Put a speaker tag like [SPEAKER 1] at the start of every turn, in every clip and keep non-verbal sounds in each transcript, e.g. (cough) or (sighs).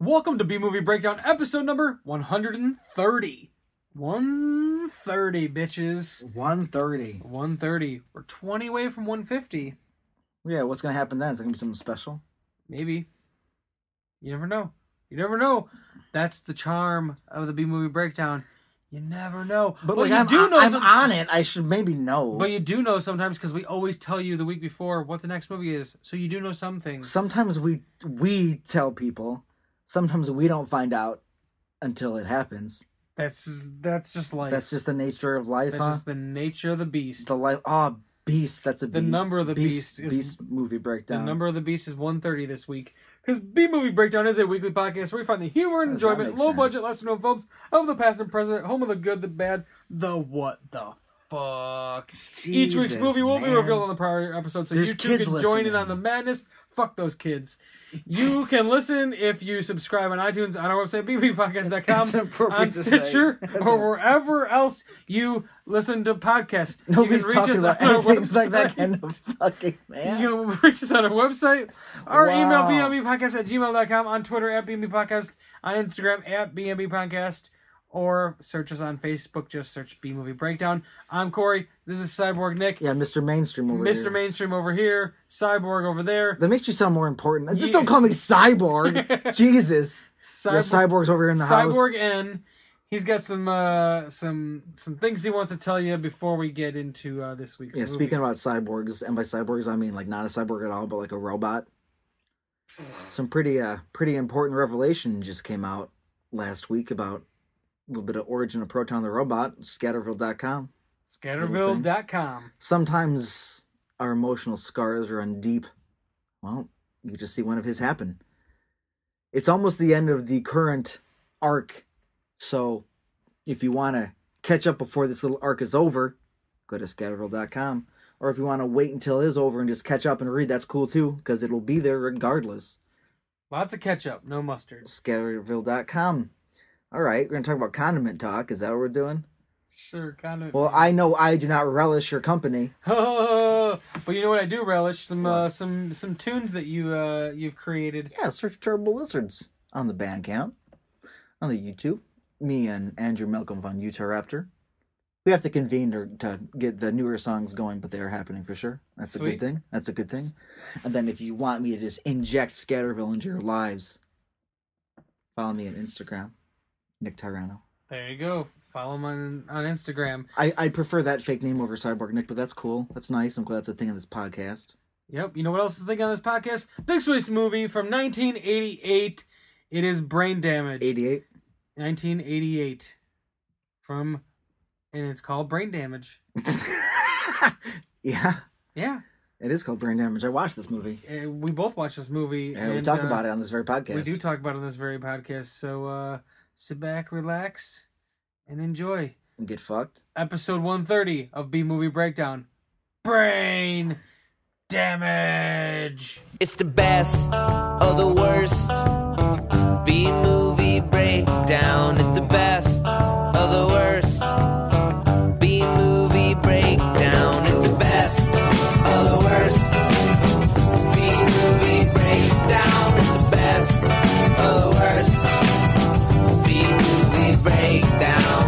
[SPEAKER 1] Welcome to B Movie Breakdown, episode number 130. 130, bitches.
[SPEAKER 2] 130.
[SPEAKER 1] 130. We're 20 away from 150.
[SPEAKER 2] Yeah, what's gonna happen then? Is it gonna be something special?
[SPEAKER 1] Maybe. You never know. You never know. That's the charm of the B Movie Breakdown. You never know.
[SPEAKER 2] But like,
[SPEAKER 1] you
[SPEAKER 2] I'm,
[SPEAKER 1] do
[SPEAKER 2] I'm,
[SPEAKER 1] know
[SPEAKER 2] I'm
[SPEAKER 1] some-
[SPEAKER 2] on it. I should maybe know.
[SPEAKER 1] But you do know sometimes because we always tell you the week before what the next movie is. So you do know some things.
[SPEAKER 2] Sometimes we we tell people. Sometimes we don't find out until it happens.
[SPEAKER 1] That's that's just life.
[SPEAKER 2] That's just the nature of life,
[SPEAKER 1] That's
[SPEAKER 2] huh?
[SPEAKER 1] just the nature of the beast.
[SPEAKER 2] The life. Oh, beast. That's a
[SPEAKER 1] The
[SPEAKER 2] beast-
[SPEAKER 1] number of the
[SPEAKER 2] beast.
[SPEAKER 1] beast is-
[SPEAKER 2] beast movie breakdown.
[SPEAKER 1] The number of the beast is 130 this week. Because B Movie Breakdown is a weekly podcast where we find the humor and
[SPEAKER 2] How does that
[SPEAKER 1] enjoyment,
[SPEAKER 2] make
[SPEAKER 1] low
[SPEAKER 2] sense?
[SPEAKER 1] budget, lesser known films of the past and present, home of the good, the bad, the what the fuck. Each week's
[SPEAKER 2] Jesus,
[SPEAKER 1] movie will be
[SPEAKER 2] man.
[SPEAKER 1] revealed on the prior episode, so
[SPEAKER 2] There's
[SPEAKER 1] you two can
[SPEAKER 2] kids
[SPEAKER 1] join in
[SPEAKER 2] listening.
[SPEAKER 1] on the madness. Fuck those kids. You can listen if you subscribe on iTunes, on our website,
[SPEAKER 2] It's
[SPEAKER 1] bbpodcast.com,
[SPEAKER 2] inappropriate
[SPEAKER 1] on
[SPEAKER 2] to say.
[SPEAKER 1] Stitcher,
[SPEAKER 2] That's
[SPEAKER 1] or
[SPEAKER 2] a-
[SPEAKER 1] wherever else you listen to podcasts.
[SPEAKER 2] (laughs) Nobody's
[SPEAKER 1] you can reach
[SPEAKER 2] talking
[SPEAKER 1] us (laughs)
[SPEAKER 2] about
[SPEAKER 1] on our
[SPEAKER 2] anything like
[SPEAKER 1] website.
[SPEAKER 2] that kind of fucking man.
[SPEAKER 1] You (laughs) can reach us on our website, our
[SPEAKER 2] Wow.
[SPEAKER 1] email, bmbpodcast at gmail.com, on Twitter at bmbpodcast, on Instagram at bmbpodcast, or search us on Facebook. Just search B Movie Breakdown. I'm Corey. This is Cyborg Nick.
[SPEAKER 2] yeah, Mr. Mainstream over
[SPEAKER 1] Mr.
[SPEAKER 2] here.
[SPEAKER 1] Mainstream over here. Cyborg over there.
[SPEAKER 2] That makes you sound more important. Just
[SPEAKER 1] Yeah.
[SPEAKER 2] don't call
[SPEAKER 1] (laughs)
[SPEAKER 2] me cyborg. Jesus.
[SPEAKER 1] Cyborg,
[SPEAKER 2] yeah, cyborg's over here in the house.
[SPEAKER 1] Cyborg N. He's got some uh, some some things he wants to tell you before we get into uh, this week's
[SPEAKER 2] Yeah,
[SPEAKER 1] movie.
[SPEAKER 2] speaking about cyborgs, and by cyborgs I mean like not a cyborg at all, but like a robot. Some pretty uh pretty important revelation just came out last week about a little bit of origin of Proton the Robot, scatterville.com.
[SPEAKER 1] Scatterville.com.
[SPEAKER 2] Sometimes our emotional scars run deep. Well, you just see one of his happen. It's almost the end of the current arc, so if you want to catch up before this little arc is over, go to scatterville.com. Or if you want to wait until it is over and just catch up and read, that's cool too, because it'll be there regardless.
[SPEAKER 1] Lots of ketchup, no mustard.
[SPEAKER 2] Scatterville.com. All right, we're going to talk about condiment talk. Is that what we're doing?
[SPEAKER 1] Sure, kind of.
[SPEAKER 2] Well, I know I do not relish your company.
[SPEAKER 1] Oh, (laughs) but you know what I do relish some uh, some some tunes that you uh, you've created.
[SPEAKER 2] Yeah, search Terrible Lizards on the Bandcamp, on the YouTube. Me and Andrew Malcolm von Utah Raptor. We have to convene to, to get the newer songs going, but they are happening for sure. That's a
[SPEAKER 1] Sweet.
[SPEAKER 2] good thing. That's a good thing. And then if you want me to just inject Scatterville into your lives, follow me on Instagram, Nick Tyrano.
[SPEAKER 1] There you go. Follow him on on Instagram.
[SPEAKER 2] I, I prefer that fake name over Cyborg Nick, but that's cool. That's nice. I'm glad that's a thing on this podcast.
[SPEAKER 1] Yep. You know what else is thinking on this podcast? Next week's movie from 1988. It is Brain Damage.
[SPEAKER 2] 88.
[SPEAKER 1] 1988. From, and it's called Brain Damage.
[SPEAKER 2] (laughs) yeah,
[SPEAKER 1] Yeah.
[SPEAKER 2] it is called Brain Damage. I watched this movie.
[SPEAKER 1] eh, We both watched this movie. uh,
[SPEAKER 2] Yeah, uh, we talk about it on this very podcast.
[SPEAKER 1] We do talk about it on this very podcast. So uh, sit back, relax, and enjoy.
[SPEAKER 2] and get fucked.
[SPEAKER 1] episode 130 of B Movie Breakdown. Brain damage.
[SPEAKER 3] It's the best of the worst. B movie breakdown. It's the best of the worst. B movie breakdown. It's the best of the worst. B movie breakdown. It's the best of the worst. B movie breakdown.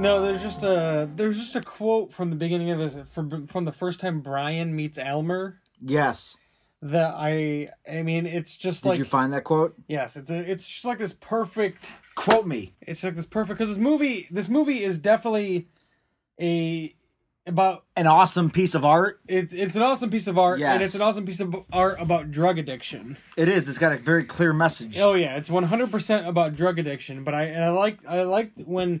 [SPEAKER 1] No, there's just a there's just a quote from the beginning of this from from the first time Brian meets Elmer
[SPEAKER 2] Yes.
[SPEAKER 1] that I I mean it's just
[SPEAKER 2] Did
[SPEAKER 1] like
[SPEAKER 2] you find that quote?
[SPEAKER 1] yes it's a, it's just like this perfect
[SPEAKER 2] Quote me.
[SPEAKER 1] it's like this perfect because this movie this movie is definitely a about
[SPEAKER 2] An awesome piece of art.
[SPEAKER 1] it's it's an awesome piece of art and
[SPEAKER 2] Yes.
[SPEAKER 1] it's an awesome piece of art about drug addiction.
[SPEAKER 2] It is. It's got a very clear message.
[SPEAKER 1] Oh yeah, it's one hundred percent about drug addiction. But I and I like I liked when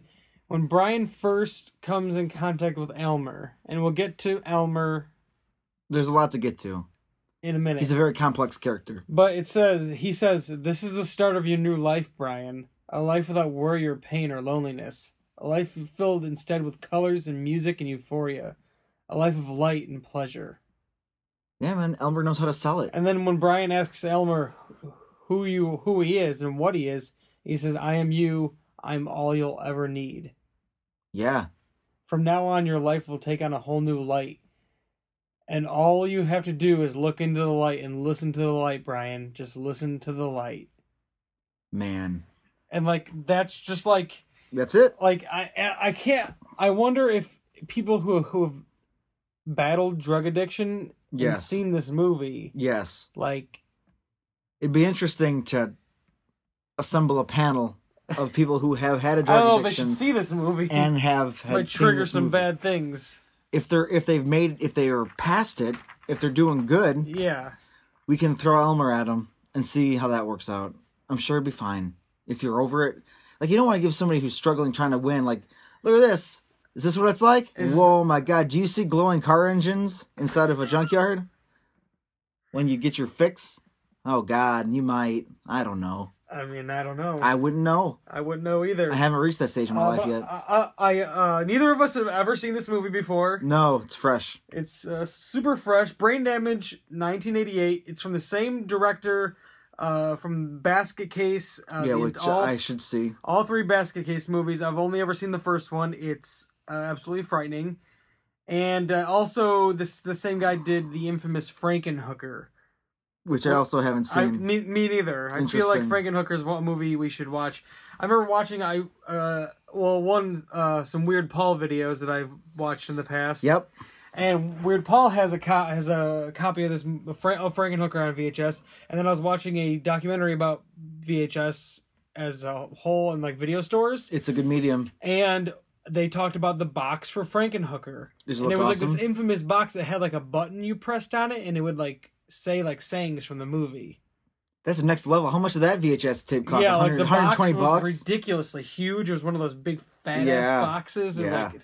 [SPEAKER 1] when Brian first comes in contact with Elmer, and we'll get to Elmer
[SPEAKER 2] There's a lot to get to.
[SPEAKER 1] in a minute.
[SPEAKER 2] He's a very complex character.
[SPEAKER 1] but it says he says this is the start of your new life, Brian. A life without worry or pain or loneliness. A life filled instead with colors and music and euphoria. A life of light and pleasure.
[SPEAKER 2] Yeah, man. Elmer knows how to sell it.
[SPEAKER 1] And then when Brian asks Elmer who you who he is and what he is, he says, "I am you. I'm all you'll ever need."
[SPEAKER 2] Yeah.
[SPEAKER 1] From now on, your life will take on a whole new light. And all you have to do is look into the light and listen to the light, Brian. Just listen to the light.
[SPEAKER 2] Man,
[SPEAKER 1] and like that's just like
[SPEAKER 2] that's it.
[SPEAKER 1] like I I- I can't. I wonder if people who who have battled drug addiction and
[SPEAKER 2] Yes.
[SPEAKER 1] seen this movie
[SPEAKER 2] Yes,
[SPEAKER 1] like
[SPEAKER 2] it'd be interesting to assemble a panel of people who have had a
[SPEAKER 1] I don't know
[SPEAKER 2] drug
[SPEAKER 1] if Oh, they
[SPEAKER 2] addiction
[SPEAKER 1] should see this movie.
[SPEAKER 2] and have had
[SPEAKER 1] might
[SPEAKER 2] seen
[SPEAKER 1] trigger
[SPEAKER 2] this
[SPEAKER 1] some
[SPEAKER 2] movie.
[SPEAKER 1] bad things.
[SPEAKER 2] If they're if they've made if they are past it, if they're doing good,
[SPEAKER 1] Yeah.
[SPEAKER 2] we can throw Elmer at them and see how that works out. I'm sure it'd be fine if you're over it. Like you don't want to give somebody who's struggling trying to win. Like, look at this. Is this what it's like? Whoa, my God! Do you see glowing car engines inside of a junkyard? When you get your fix? Oh God, you might. I don't know.
[SPEAKER 1] I mean, I don't know. I,
[SPEAKER 2] I wouldn't know.
[SPEAKER 1] wouldn't know either.
[SPEAKER 2] I haven't reached that stage in my
[SPEAKER 1] Uh,
[SPEAKER 2] life
[SPEAKER 1] but
[SPEAKER 2] yet.
[SPEAKER 1] I, I, I, uh, neither of us have ever seen this movie before.
[SPEAKER 2] no, it's fresh.
[SPEAKER 1] It's uh, super fresh. Brain Damage, 1988. It's from the same director uh, from Basket Case. Uh,
[SPEAKER 2] Yeah,
[SPEAKER 1] the-
[SPEAKER 2] which
[SPEAKER 1] all,
[SPEAKER 2] I should see.
[SPEAKER 1] all three Basket Case movies. I've only ever seen the first one. It's uh, absolutely frightening. And uh, also, this the same guy did the infamous Frankenhooker.
[SPEAKER 2] Which I also haven't
[SPEAKER 1] I,
[SPEAKER 2] seen.
[SPEAKER 1] me, me neither. I feel like
[SPEAKER 2] Hmm. Interesting.
[SPEAKER 1] Frankenhooker is what movie we should watch. I remember watching I uh well one uh some Weird Paul videos that I've watched in the past.
[SPEAKER 2] Yep.
[SPEAKER 1] And Weird Paul has a co- has a copy of this m- of Fra- of Frankenhooker on VHS. And then I was watching a documentary about VHS as a whole and like video stores,
[SPEAKER 2] It's a good medium.
[SPEAKER 1] and they talked about the box for Frankenhooker.
[SPEAKER 2] Does it
[SPEAKER 1] and it
[SPEAKER 2] look
[SPEAKER 1] was like
[SPEAKER 2] awesome?
[SPEAKER 1] this infamous box that had like a button you pressed on it, and it would like say like sayings from the movie.
[SPEAKER 2] That's the next level. How much did that VHS tape cost?
[SPEAKER 1] Yeah, like
[SPEAKER 2] 100,
[SPEAKER 1] the box was
[SPEAKER 2] 120 bucks.
[SPEAKER 1] ridiculously huge. It was one of those big fat
[SPEAKER 2] Yeah.
[SPEAKER 1] ass boxes. It was
[SPEAKER 2] Yeah.
[SPEAKER 1] like, th-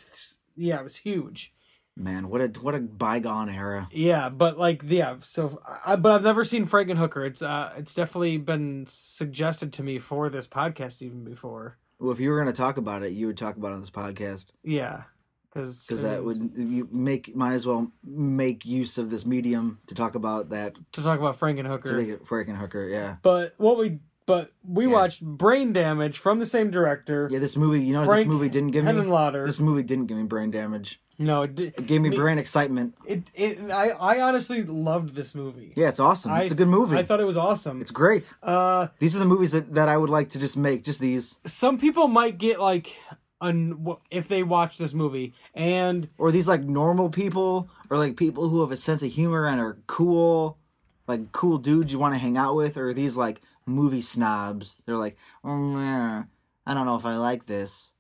[SPEAKER 1] yeah, it was huge.
[SPEAKER 2] Man, what a what a bygone era.
[SPEAKER 1] Yeah, but like, yeah. So, I, but I've never seen Frankenhooker. It's uh, it's definitely been suggested to me for this podcast even before.
[SPEAKER 2] Well, if you were going to talk about it, you would talk about it on this podcast
[SPEAKER 1] Yeah, because
[SPEAKER 2] because that would you make might as well make use of this medium to talk about that
[SPEAKER 1] to talk about Frankenhooker.
[SPEAKER 2] to make it freaking hooker. Yeah,
[SPEAKER 1] But what we but we
[SPEAKER 2] Yeah.
[SPEAKER 1] watched Brain Damage from the same director.
[SPEAKER 2] yeah. This movie, you know,
[SPEAKER 1] Frank
[SPEAKER 2] this movie didn't give me
[SPEAKER 1] Henenlotter.
[SPEAKER 2] this movie didn't give me brain damage.
[SPEAKER 1] No, it, di-
[SPEAKER 2] It gave me brain excitement.
[SPEAKER 1] it, it I I honestly loved this movie.
[SPEAKER 2] Yeah, it's awesome.
[SPEAKER 1] I,
[SPEAKER 2] it's a good movie.
[SPEAKER 1] I thought it was awesome.
[SPEAKER 2] it's great.
[SPEAKER 1] uh,
[SPEAKER 2] These are the movies that, that I would like to just make. Just these,
[SPEAKER 1] some people might get like un- if they watch this movie and
[SPEAKER 2] or these like normal people, or like people who have a sense of humor and are cool, like cool dudes you want to hang out with, or are these like movie snobs. They're like, oh, yeah, I don't know if I like this.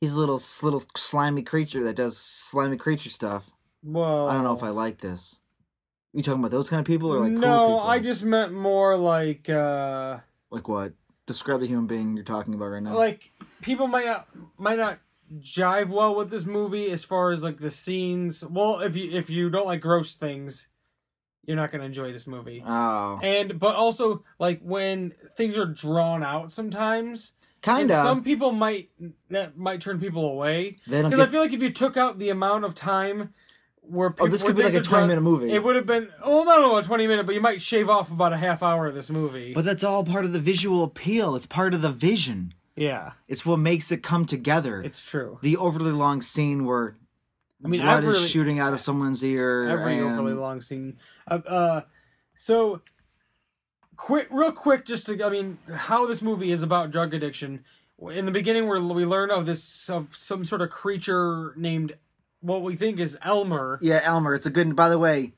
[SPEAKER 2] He's a little s- little slimy creature that does slimy creature stuff.
[SPEAKER 1] well
[SPEAKER 2] I don't know if I like this. You talking about those kind of people, or like
[SPEAKER 1] no
[SPEAKER 2] cool people?
[SPEAKER 1] i just meant more like uh
[SPEAKER 2] like what? Describe the human being you're talking about right now.
[SPEAKER 1] like people might not might not jive well with this movie as far as like the scenes well if you if you don't like gross things you're not going to enjoy this movie
[SPEAKER 2] oh,
[SPEAKER 1] and but also like when things are drawn out sometimes and
[SPEAKER 2] kind
[SPEAKER 1] some
[SPEAKER 2] of.
[SPEAKER 1] people might that might turn people away
[SPEAKER 2] They don't
[SPEAKER 1] Because
[SPEAKER 2] get
[SPEAKER 1] I feel like if you took out the amount of time where people,
[SPEAKER 2] Oh, this
[SPEAKER 1] where
[SPEAKER 2] could be like
[SPEAKER 1] things
[SPEAKER 2] a
[SPEAKER 1] are
[SPEAKER 2] 20
[SPEAKER 1] done-
[SPEAKER 2] minute movie.
[SPEAKER 1] It would have been well, I don't know, a twenty minute, but you might shave off about a half hour of this movie.
[SPEAKER 2] But that's all part of the visual appeal. It's part of the vision.
[SPEAKER 1] yeah,
[SPEAKER 2] It's what makes it come together.
[SPEAKER 1] it's true.
[SPEAKER 2] the overly long scene where
[SPEAKER 1] I mean,
[SPEAKER 2] blood
[SPEAKER 1] I've really,
[SPEAKER 2] is shooting out of someone's ear.
[SPEAKER 1] every
[SPEAKER 2] and
[SPEAKER 1] overly long scene. Uh, uh, so, quick, real quick, just to I mean, how this movie is about drug addiction. In the beginning, where we learn of this of some sort of creature named what we think is Elmer.
[SPEAKER 2] Yeah, Elmer. It's a good. By the way,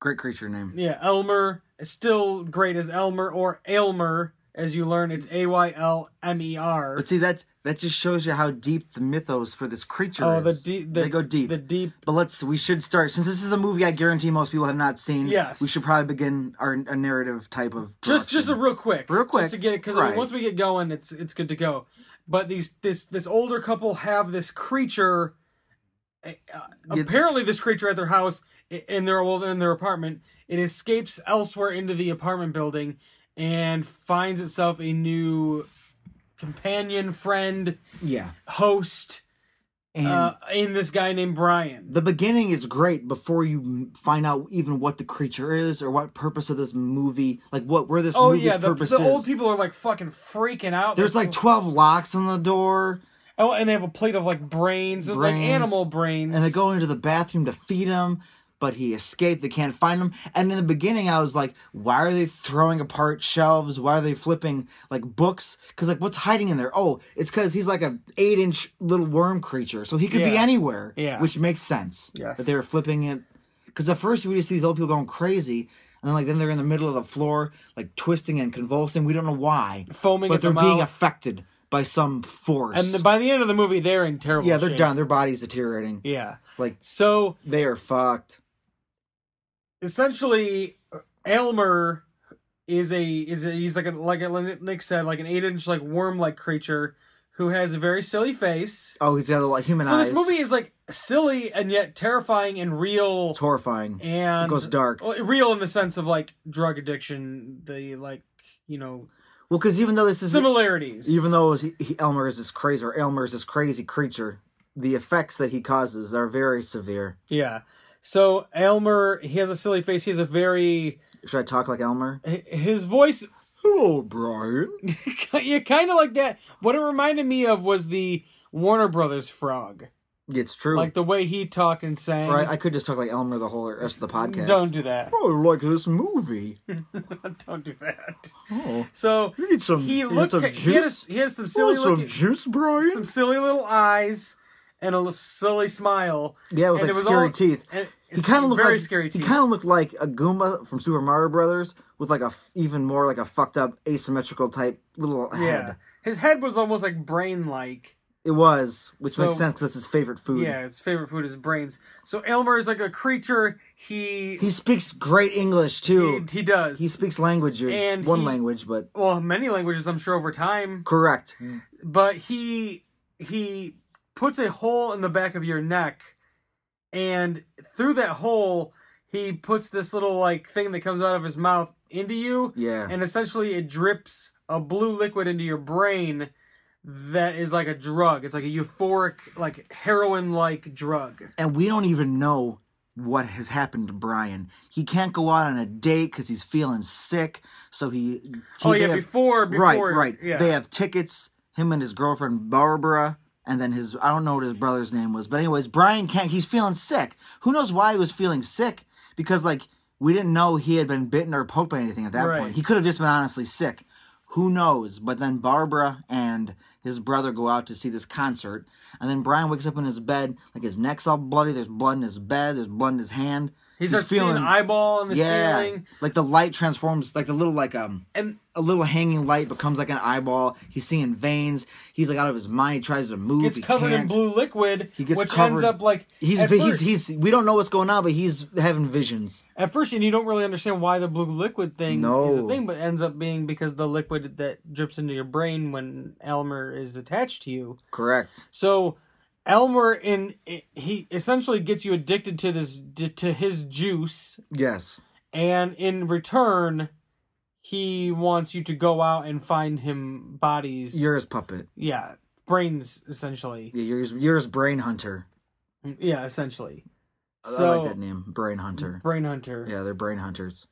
[SPEAKER 2] great creature name.
[SPEAKER 1] Yeah, Elmer is still great as Elmer or Aylmer, as you learn. It's A Y L M E R.
[SPEAKER 2] But see, that's that just shows you how deep the mythos for this creature
[SPEAKER 1] Oh, the
[SPEAKER 2] is.
[SPEAKER 1] deep. The,
[SPEAKER 2] they go deep.
[SPEAKER 1] The deep.
[SPEAKER 2] but let's. We should start since this is a movie. I guarantee most people have not seen.
[SPEAKER 1] Yes.
[SPEAKER 2] We should probably begin our, a narrative type of.
[SPEAKER 1] Just, just a
[SPEAKER 2] production.
[SPEAKER 1] real quick.
[SPEAKER 2] Real quick,
[SPEAKER 1] Just to get it, because
[SPEAKER 2] right.
[SPEAKER 1] once we get going, it's it's good to go. But these this this older couple have this creature. uh, apparently, this creature at their house i- in their well in their apartment. It escapes elsewhere into the apartment building, and finds itself a new companion, friend,
[SPEAKER 2] yeah.
[SPEAKER 1] host.
[SPEAKER 2] And
[SPEAKER 1] uh, in this guy named Brian.
[SPEAKER 2] the beginning is great before you m- find out even what the creature is or what purpose of this movie, like what where this
[SPEAKER 1] Oh
[SPEAKER 2] movie's
[SPEAKER 1] yeah, the,
[SPEAKER 2] purpose
[SPEAKER 1] the
[SPEAKER 2] is.
[SPEAKER 1] old people are like fucking freaking out.
[SPEAKER 2] There's like 12 locks on the door,
[SPEAKER 1] oh, and they have a plate of like brains, like
[SPEAKER 2] Brains,
[SPEAKER 1] animal brains,
[SPEAKER 2] and they go into the bathroom to feed him. but he escaped. They can't find him. And in the beginning, I was like, why are they throwing apart shelves? Why are they flipping like books? Because like, what's hiding in there? Oh, it's because he's like a eight inch little worm creature, so he could be
[SPEAKER 1] Yeah.
[SPEAKER 2] anywhere.
[SPEAKER 1] Yeah.
[SPEAKER 2] which makes sense.
[SPEAKER 1] Yes.
[SPEAKER 2] that they were flipping it. Because at first we just see these old people going crazy, and then like then they're in the middle of the floor, like twisting and convulsing. We don't know why,
[SPEAKER 1] foaming
[SPEAKER 2] but
[SPEAKER 1] at the
[SPEAKER 2] they're being
[SPEAKER 1] mouth.
[SPEAKER 2] affected by some force.
[SPEAKER 1] and the, by the end of the movie, they're in terrible.
[SPEAKER 2] yeah, they're
[SPEAKER 1] shape.
[SPEAKER 2] done. Their body's deteriorating.
[SPEAKER 1] Yeah.
[SPEAKER 2] Like
[SPEAKER 1] So
[SPEAKER 2] they are fucked.
[SPEAKER 1] essentially, Aylmer is a is a, he's like a like a, like Nick said like an eight inch like worm like creature who has a very silly face.
[SPEAKER 2] Oh, he's got a lot of human
[SPEAKER 1] So
[SPEAKER 2] eyes.
[SPEAKER 1] this movie is like silly and yet terrifying and real
[SPEAKER 2] It's horrifying.
[SPEAKER 1] and
[SPEAKER 2] It goes dark.
[SPEAKER 1] Well, real in the sense of like drug addiction, the like you know
[SPEAKER 2] Well, because even though this is
[SPEAKER 1] similarities.
[SPEAKER 2] even though he, he, Elmer is this crazy or Elmer is this crazy creature, the effects that he causes are very severe.
[SPEAKER 1] yeah. So Elmer, he has a silly face. He has a very
[SPEAKER 2] Should I talk like Elmer?
[SPEAKER 1] hi- his voice
[SPEAKER 2] Hello, Brian.
[SPEAKER 1] (laughs) yeah, kind of like that. What it reminded me of was the Warner Brothers frog,
[SPEAKER 2] It's true.
[SPEAKER 1] like the way he talked and sang.
[SPEAKER 2] or I, I could just talk like Elmer the whole rest of the podcast.
[SPEAKER 1] Don't do that. (laughs)
[SPEAKER 2] Oh, like this movie.
[SPEAKER 1] Don't do that.
[SPEAKER 2] Oh,
[SPEAKER 1] So
[SPEAKER 2] you need some.
[SPEAKER 1] he
[SPEAKER 2] you need
[SPEAKER 1] looked.
[SPEAKER 2] some
[SPEAKER 1] He had,
[SPEAKER 2] juice.
[SPEAKER 1] a- he had some
[SPEAKER 2] You
[SPEAKER 1] silly
[SPEAKER 2] want some
[SPEAKER 1] looking,
[SPEAKER 2] juice, Brian.
[SPEAKER 1] some silly little eyes and a l- silly smile.
[SPEAKER 2] yeah, with
[SPEAKER 1] and it
[SPEAKER 2] like
[SPEAKER 1] was
[SPEAKER 2] scary
[SPEAKER 1] all-
[SPEAKER 2] teeth.
[SPEAKER 1] and
[SPEAKER 2] He kind of looked
[SPEAKER 1] very
[SPEAKER 2] like
[SPEAKER 1] scary
[SPEAKER 2] he
[SPEAKER 1] teeth.
[SPEAKER 2] kind of looked like a Goomba from Super Mario Brothers with like a f- even more like a fucked up asymmetrical type little head.
[SPEAKER 1] yeah, his head was almost like brain like.
[SPEAKER 2] It was, which
[SPEAKER 1] So-
[SPEAKER 2] makes sense because that's his favorite food.
[SPEAKER 1] Yeah, his favorite food is brains. So Elmer is like a creature. He
[SPEAKER 2] He speaks great English
[SPEAKER 1] he,
[SPEAKER 2] too.
[SPEAKER 1] he does.
[SPEAKER 2] He speaks languages,
[SPEAKER 1] And
[SPEAKER 2] one
[SPEAKER 1] he-
[SPEAKER 2] language, but
[SPEAKER 1] well, many languages, I'm sure, over time.
[SPEAKER 2] correct.
[SPEAKER 1] Mm. but he he puts a hole in the back of your neck and through that hole he puts this little like thing that comes out of his mouth into you
[SPEAKER 2] Yeah,
[SPEAKER 1] and essentially it drips a blue liquid into your brain that is like a drug it's like a euphoric like heroin like drug
[SPEAKER 2] and we don't even know what has happened to Brian. He can't go out on a date because he's feeling sick. So he, he-
[SPEAKER 1] oh
[SPEAKER 2] they
[SPEAKER 1] yeah
[SPEAKER 2] have-
[SPEAKER 1] before
[SPEAKER 2] right,
[SPEAKER 1] before
[SPEAKER 2] right.
[SPEAKER 1] yeah
[SPEAKER 2] They have tickets. Him and his girlfriend Barbara, and then his I don't know what his brother's name was, but anyways, Brian can't. He's feeling sick. Who knows why he was feeling sick? Because like we didn't know he had been bitten or poked by anything at that
[SPEAKER 1] Right.
[SPEAKER 2] point. He could have just been honestly sick. Who knows? But then Barbara and his brother go out to see this concert, and then Brian wakes up in his bed, like his neck's all bloody. There's blood in his bed. There's blood in his hand.
[SPEAKER 1] he starts seeing an eyeball in the
[SPEAKER 2] yeah,
[SPEAKER 1] ceiling
[SPEAKER 2] like the light transforms, like the little like um
[SPEAKER 1] and
[SPEAKER 2] a little hanging light becomes like an eyeball. He's seeing veins. He's like out of his mind. He tries to move.
[SPEAKER 1] gets
[SPEAKER 2] he
[SPEAKER 1] covered in
[SPEAKER 2] can't.
[SPEAKER 1] blue liquid
[SPEAKER 2] He gets
[SPEAKER 1] which ends
[SPEAKER 2] covered-
[SPEAKER 1] up like
[SPEAKER 2] He's,
[SPEAKER 1] at
[SPEAKER 2] he's
[SPEAKER 1] first-
[SPEAKER 2] he's we don't know what's going on, but he's having visions.
[SPEAKER 1] at first and you don't really understand why the blue liquid thing is a
[SPEAKER 2] No.
[SPEAKER 1] thing but ends up being because the liquid that drips into your brain when elmer is attached to you
[SPEAKER 2] Correct.
[SPEAKER 1] so elmer in he essentially gets you addicted to this to his juice
[SPEAKER 2] Yes.
[SPEAKER 1] and in return he wants you to go out and find him bodies
[SPEAKER 2] You're his puppet.
[SPEAKER 1] yeah brains essentially
[SPEAKER 2] Yeah, you're his, you're his brain hunter.
[SPEAKER 1] yeah essentially
[SPEAKER 2] I-
[SPEAKER 1] so
[SPEAKER 2] I like that name, brain hunter.
[SPEAKER 1] brain hunter
[SPEAKER 2] Yeah, they're brain hunters.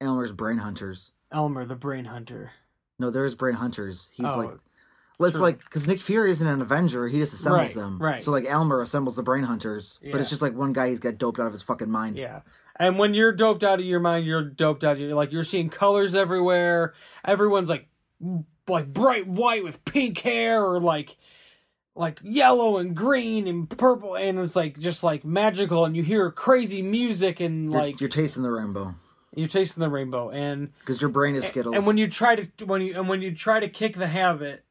[SPEAKER 2] Elmer's brain hunters.
[SPEAKER 1] elmer the brain hunter
[SPEAKER 2] No, there's brain hunters. He's
[SPEAKER 1] Oh,
[SPEAKER 2] like let's
[SPEAKER 1] true.
[SPEAKER 2] like because Nick Fury isn't an Avenger. He just assembles
[SPEAKER 1] Right,
[SPEAKER 2] them.
[SPEAKER 1] right.
[SPEAKER 2] So like Elmer assembles the brain hunters,
[SPEAKER 1] Yeah.
[SPEAKER 2] but it's just like one guy. He's got doped out of his fucking mind.
[SPEAKER 1] Yeah. And when you're doped out of your mind, you're doped out of your like you're seeing colors everywhere. Everyone's like m- like bright white with pink hair or like like yellow and green and purple and it's like just like magical and you hear crazy music and
[SPEAKER 2] You're-
[SPEAKER 1] like
[SPEAKER 2] you're tasting the rainbow.
[SPEAKER 1] you're tasting the rainbow and
[SPEAKER 2] Because your brain is Skittles.
[SPEAKER 1] and when you try to when you and when you try to kick the habit,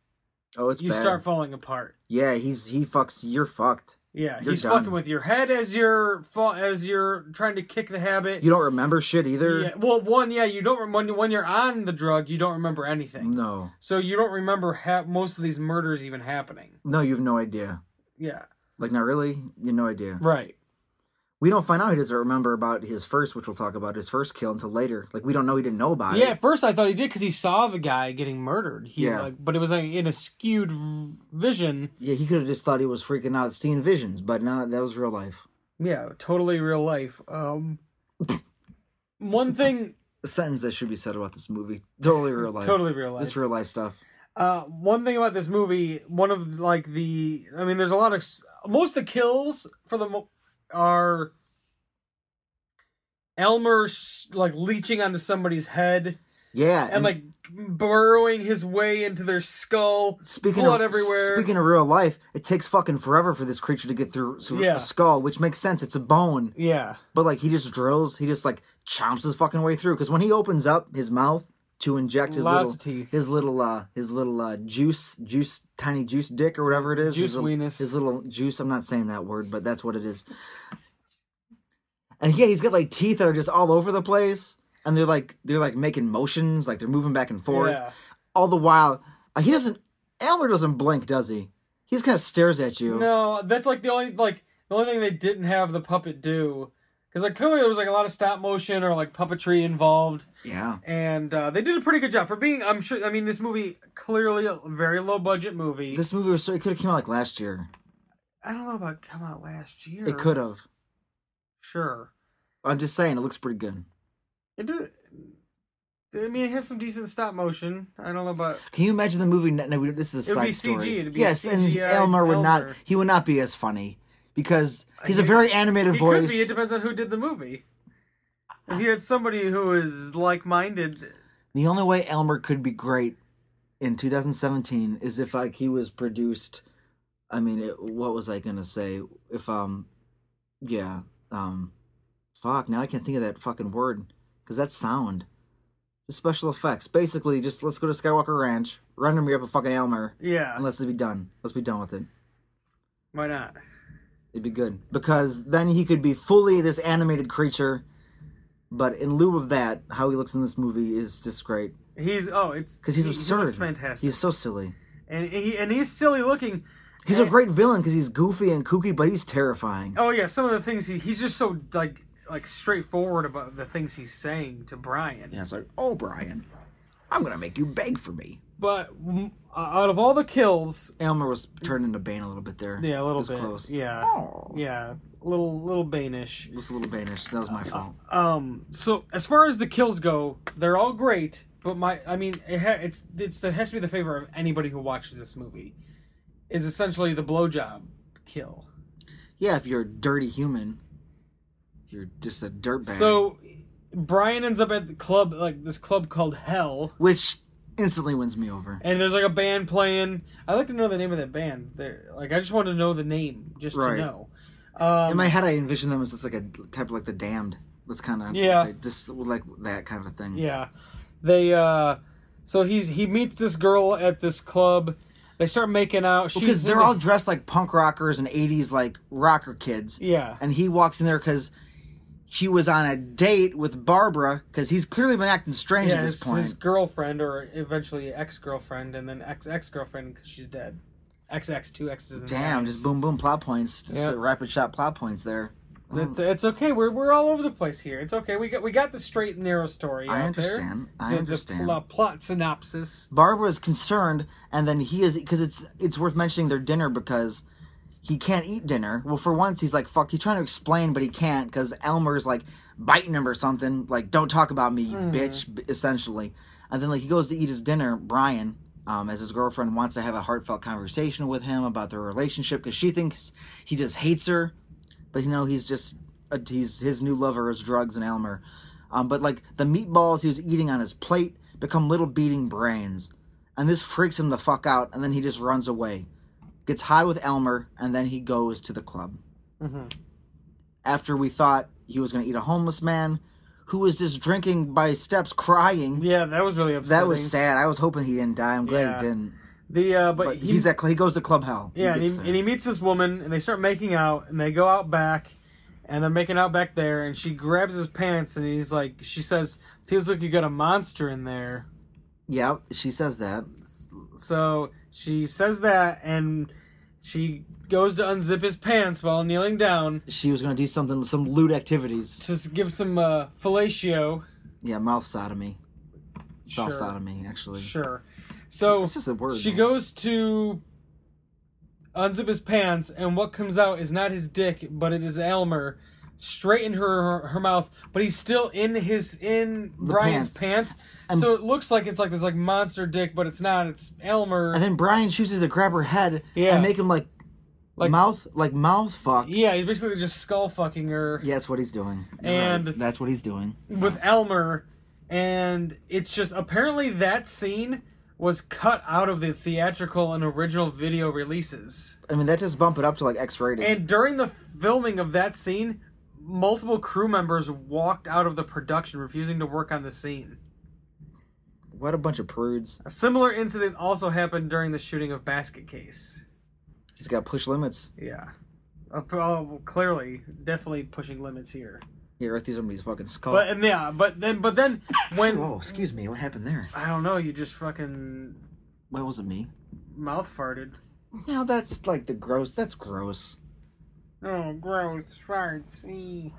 [SPEAKER 2] oh, it's
[SPEAKER 1] you
[SPEAKER 2] bad.
[SPEAKER 1] start falling apart.
[SPEAKER 2] yeah, he's he fucks. You're fucked.
[SPEAKER 1] Yeah,
[SPEAKER 2] You're
[SPEAKER 1] he's
[SPEAKER 2] done.
[SPEAKER 1] fucking with your head as you're fa- as you're trying to kick the habit.
[SPEAKER 2] You don't remember shit either.
[SPEAKER 1] Yeah, well, one, yeah, you don't rem- when when you're on the drug, you don't remember anything,
[SPEAKER 2] No,
[SPEAKER 1] so you don't remember ha- most of these murders even happening.
[SPEAKER 2] no, you have no idea.
[SPEAKER 1] Yeah,
[SPEAKER 2] Like, not really. You have no idea.
[SPEAKER 1] right.
[SPEAKER 2] We don't find out he doesn't remember about his first, which we'll talk about his first kill until later. Like, we don't know he didn't know about
[SPEAKER 1] yeah,
[SPEAKER 2] it.
[SPEAKER 1] at first I thought he did because he saw the guy getting murdered. He,
[SPEAKER 2] Yeah.
[SPEAKER 1] like, but it was like in a skewed v- vision.
[SPEAKER 2] Yeah, he could have just thought he was freaking out, seeing visions, but no, that was real life.
[SPEAKER 1] Yeah, totally real life. Um, one (laughs) thing,
[SPEAKER 2] A sentence that should be said about this movie:
[SPEAKER 1] (laughs)
[SPEAKER 2] totally real life.
[SPEAKER 1] totally real life.
[SPEAKER 2] It's real life stuff.
[SPEAKER 1] Uh, one thing about this movie, one of like the, I mean, there's a lot of s- most of the kills for the mo- are Elmer sh- like leeching onto somebody's head
[SPEAKER 2] Yeah,
[SPEAKER 1] and like burrowing his way into their skull.
[SPEAKER 2] Speaking
[SPEAKER 1] blood
[SPEAKER 2] of
[SPEAKER 1] everywhere.
[SPEAKER 2] speaking of real life, it takes fucking forever for this creature to get through s-
[SPEAKER 1] Yeah.
[SPEAKER 2] a skull, which makes sense. It's a bone,
[SPEAKER 1] Yeah.
[SPEAKER 2] but like he just drills, he just like chomps his fucking way through. Because when he opens up his mouth to inject his
[SPEAKER 1] Lots
[SPEAKER 2] little
[SPEAKER 1] of teeth.
[SPEAKER 2] his little uh his little uh juice juice tiny juice dick or whatever it is
[SPEAKER 1] Juice
[SPEAKER 2] his little,
[SPEAKER 1] weenus.
[SPEAKER 2] his little juice. I'm not saying that word, but that's what it is. And yeah, he's got like teeth that are just all over the place, and they're like they're like making motions, like they're moving back and forth
[SPEAKER 1] Yeah.
[SPEAKER 2] all the while uh, he doesn't Elmer doesn't blink, does he? He just kind of stares at you.
[SPEAKER 1] No, that's like the only like the only thing they didn't have the puppet do because like clearly there was like a lot of stop motion or like puppetry involved,
[SPEAKER 2] Yeah.
[SPEAKER 1] and uh, they did a pretty good job for being. I'm sure. I mean, this movie clearly a very low budget movie.
[SPEAKER 2] This movie was so it could have came out like last year.
[SPEAKER 1] I don't know about come out last year.
[SPEAKER 2] It could have.
[SPEAKER 1] Sure.
[SPEAKER 2] I'm just saying, it looks pretty good.
[SPEAKER 1] It did. I mean, it has some decent stop motion. I don't know about.
[SPEAKER 2] Can you imagine the movie? No, we- this is a
[SPEAKER 1] It would
[SPEAKER 2] side
[SPEAKER 1] be CG,
[SPEAKER 2] story.
[SPEAKER 1] it'd be
[SPEAKER 2] yes, and
[SPEAKER 1] CGI
[SPEAKER 2] Elmer would not.
[SPEAKER 1] Elmer.
[SPEAKER 2] He would not be as funny because he's a
[SPEAKER 1] He-
[SPEAKER 2] very animated
[SPEAKER 1] He
[SPEAKER 2] voice.
[SPEAKER 1] could be. It depends on who did the movie. If you had somebody who is like-minded,
[SPEAKER 2] the only way Elmer could be great in 2017 is if like he was produced. I mean, it, what was I gonna say? If um, yeah, um, fuck. Now I can't think of that fucking word because that's sound. The special effects, basically, just let's go to Skywalker Ranch, render me up a fucking Elmer,
[SPEAKER 1] yeah,
[SPEAKER 2] and let's be done. Let's be done with it.
[SPEAKER 1] why not?
[SPEAKER 2] It'd be good because then he could be fully this animated creature. But in lieu of that, how he looks in this movie is just great
[SPEAKER 1] He's oh, it's
[SPEAKER 2] because he's
[SPEAKER 1] he-
[SPEAKER 2] absurd.
[SPEAKER 1] He looks fantastic,
[SPEAKER 2] He's so silly.
[SPEAKER 1] and he and he's silly looking.
[SPEAKER 2] He's a great villain because he's goofy and kooky, but he's terrifying.
[SPEAKER 1] Oh yeah, some of the things he he's just so like like straightforward about the things he's saying to Brian.
[SPEAKER 2] it's like, oh, Brian, I'm gonna make you beg for me.
[SPEAKER 1] But mm, out of all the kills,
[SPEAKER 2] Elmer was turned into Bane a little bit there.
[SPEAKER 1] yeah, a little
[SPEAKER 2] It was
[SPEAKER 1] bit,
[SPEAKER 2] close.
[SPEAKER 1] yeah,
[SPEAKER 2] Oh.
[SPEAKER 1] yeah, little little Banish.
[SPEAKER 2] Just a little Banish. That was my fault.
[SPEAKER 1] Um, so as far as the kills go, they're all great. But my, I mean, it ha- it's it's the has to be the favor of anybody who watches this movie, is essentially the blowjob kill.
[SPEAKER 2] yeah, if you're a dirty human, you're just a dirtbag.
[SPEAKER 1] So Brian ends up at the club, like this club called Hell,
[SPEAKER 2] which instantly wins me over.
[SPEAKER 1] and there's like a band playing. I'd like to know the name of that band. There, like I just want to know the name, just to
[SPEAKER 2] Right.
[SPEAKER 1] know. Um,
[SPEAKER 2] In my head, I envision them as just like a type of like the damned. That's kind of
[SPEAKER 1] Yeah.
[SPEAKER 2] just like that kind of a thing.
[SPEAKER 1] Yeah, they. uh So he's he meets this girl at this club. They start making out. She's
[SPEAKER 2] because
[SPEAKER 1] in
[SPEAKER 2] they're
[SPEAKER 1] the-
[SPEAKER 2] all dressed like punk rockers and 80s like rocker kids
[SPEAKER 1] Yeah.
[SPEAKER 2] and he walks in there because he was on a date with barbara because he's clearly been acting strange
[SPEAKER 1] yeah,
[SPEAKER 2] at this
[SPEAKER 1] his,
[SPEAKER 2] point
[SPEAKER 1] his girlfriend or eventually ex girlfriend, and then ex ex girlfriend because she's dead. XX, two X's. and
[SPEAKER 2] damn
[SPEAKER 1] nines.
[SPEAKER 2] just boom boom plot points just
[SPEAKER 1] Yeah.
[SPEAKER 2] the rapid shot plot points there
[SPEAKER 1] It's, it's okay. We're, we're all over the place here. It's okay. We got we got the straight and narrow story.
[SPEAKER 2] i
[SPEAKER 1] out
[SPEAKER 2] understand
[SPEAKER 1] There.
[SPEAKER 2] i
[SPEAKER 1] the,
[SPEAKER 2] understand
[SPEAKER 1] The pl- plot synopsis.
[SPEAKER 2] Barbara is concerned, and then he is because it's it's worth mentioning their dinner because he can't eat dinner. Well, for once, he's like fuck. He's trying to explain, but he can't because Elmer's like biting him or something. Like, don't talk about me, you bitch. b- Essentially, and then like he goes to eat his dinner. Brian, um, as his girlfriend, wants to have a heartfelt conversation with him about their relationship because she thinks he just hates her, but you know he's just uh, he's his new lover is drugs and Elmer. Um, but like the meatballs he was eating on his plate become little beating brains, and this freaks him the fuck out. And then he just runs away, gets high with Elmer, and then he goes to the club.
[SPEAKER 1] Mm-hmm.
[SPEAKER 2] After we thought he was gonna eat a homeless man, who was just drinking by steps, crying.
[SPEAKER 1] Yeah, that was really upsetting.
[SPEAKER 2] That was sad. I was hoping he didn't die. I'm glad
[SPEAKER 1] Yeah.
[SPEAKER 2] he didn't.
[SPEAKER 1] the uh, but,
[SPEAKER 2] But
[SPEAKER 1] he,
[SPEAKER 2] he's at cl- he goes to club hell.
[SPEAKER 1] yeah, and he,
[SPEAKER 2] gets there.
[SPEAKER 1] and he meets this woman, and they start making out, and they go out back, and they're making out back there, and she grabs his pants, and he's like, she says, "Feels like you got a monster in there."
[SPEAKER 2] yeah. She says that.
[SPEAKER 1] So she says that, and she goes to unzip his pants while kneeling down
[SPEAKER 2] she was going to do something, some lewd activities.
[SPEAKER 1] to s- give some uh, fellatio.
[SPEAKER 2] Yeah, mouth sodomy. Sure.
[SPEAKER 1] Sure.
[SPEAKER 2] sodomy, actually.
[SPEAKER 1] Sure. So
[SPEAKER 2] It's just a word.
[SPEAKER 1] she
[SPEAKER 2] man.
[SPEAKER 1] goes to unzip his pants, and what comes out is not his dick, but it is Elmer. Straight in her her mouth, but he's still in his in Brian's pants, so it looks like it's like this like monster dick, but it's not. It's Elmer.
[SPEAKER 2] And then Brian chooses to grab her head
[SPEAKER 1] Yeah.
[SPEAKER 2] and make him like
[SPEAKER 1] Like-
[SPEAKER 2] mouth, like mouth fuck. Yeah,
[SPEAKER 1] Yeah, he's basically just skull fucking her
[SPEAKER 2] that's what he's doing. You're
[SPEAKER 1] And-
[SPEAKER 2] right. that's what he's doing.
[SPEAKER 1] with Elmer, and it's just apparently that scene was cut out of the theatrical and original video releases.
[SPEAKER 2] I mean, that just bump it up to like X-rated.
[SPEAKER 1] And during the filming of that scene, multiple crew members walked out of the production, refusing to work on the scene.
[SPEAKER 2] what a bunch of prudes.
[SPEAKER 1] A similar incident also happened during the shooting of Basket Case.
[SPEAKER 2] He's got push limits.
[SPEAKER 1] Yeah. Uh, well, clearly, definitely pushing limits here.
[SPEAKER 2] Here, I threw somebody's fucking skull.
[SPEAKER 1] But and yeah, but then but then when
[SPEAKER 2] Whoa, excuse me. What happened there?
[SPEAKER 1] I don't know, you just fucking
[SPEAKER 2] Why was it me?
[SPEAKER 1] mouth farted.
[SPEAKER 2] No, that's like the gross. That's gross.
[SPEAKER 1] Oh, gross farts. ee.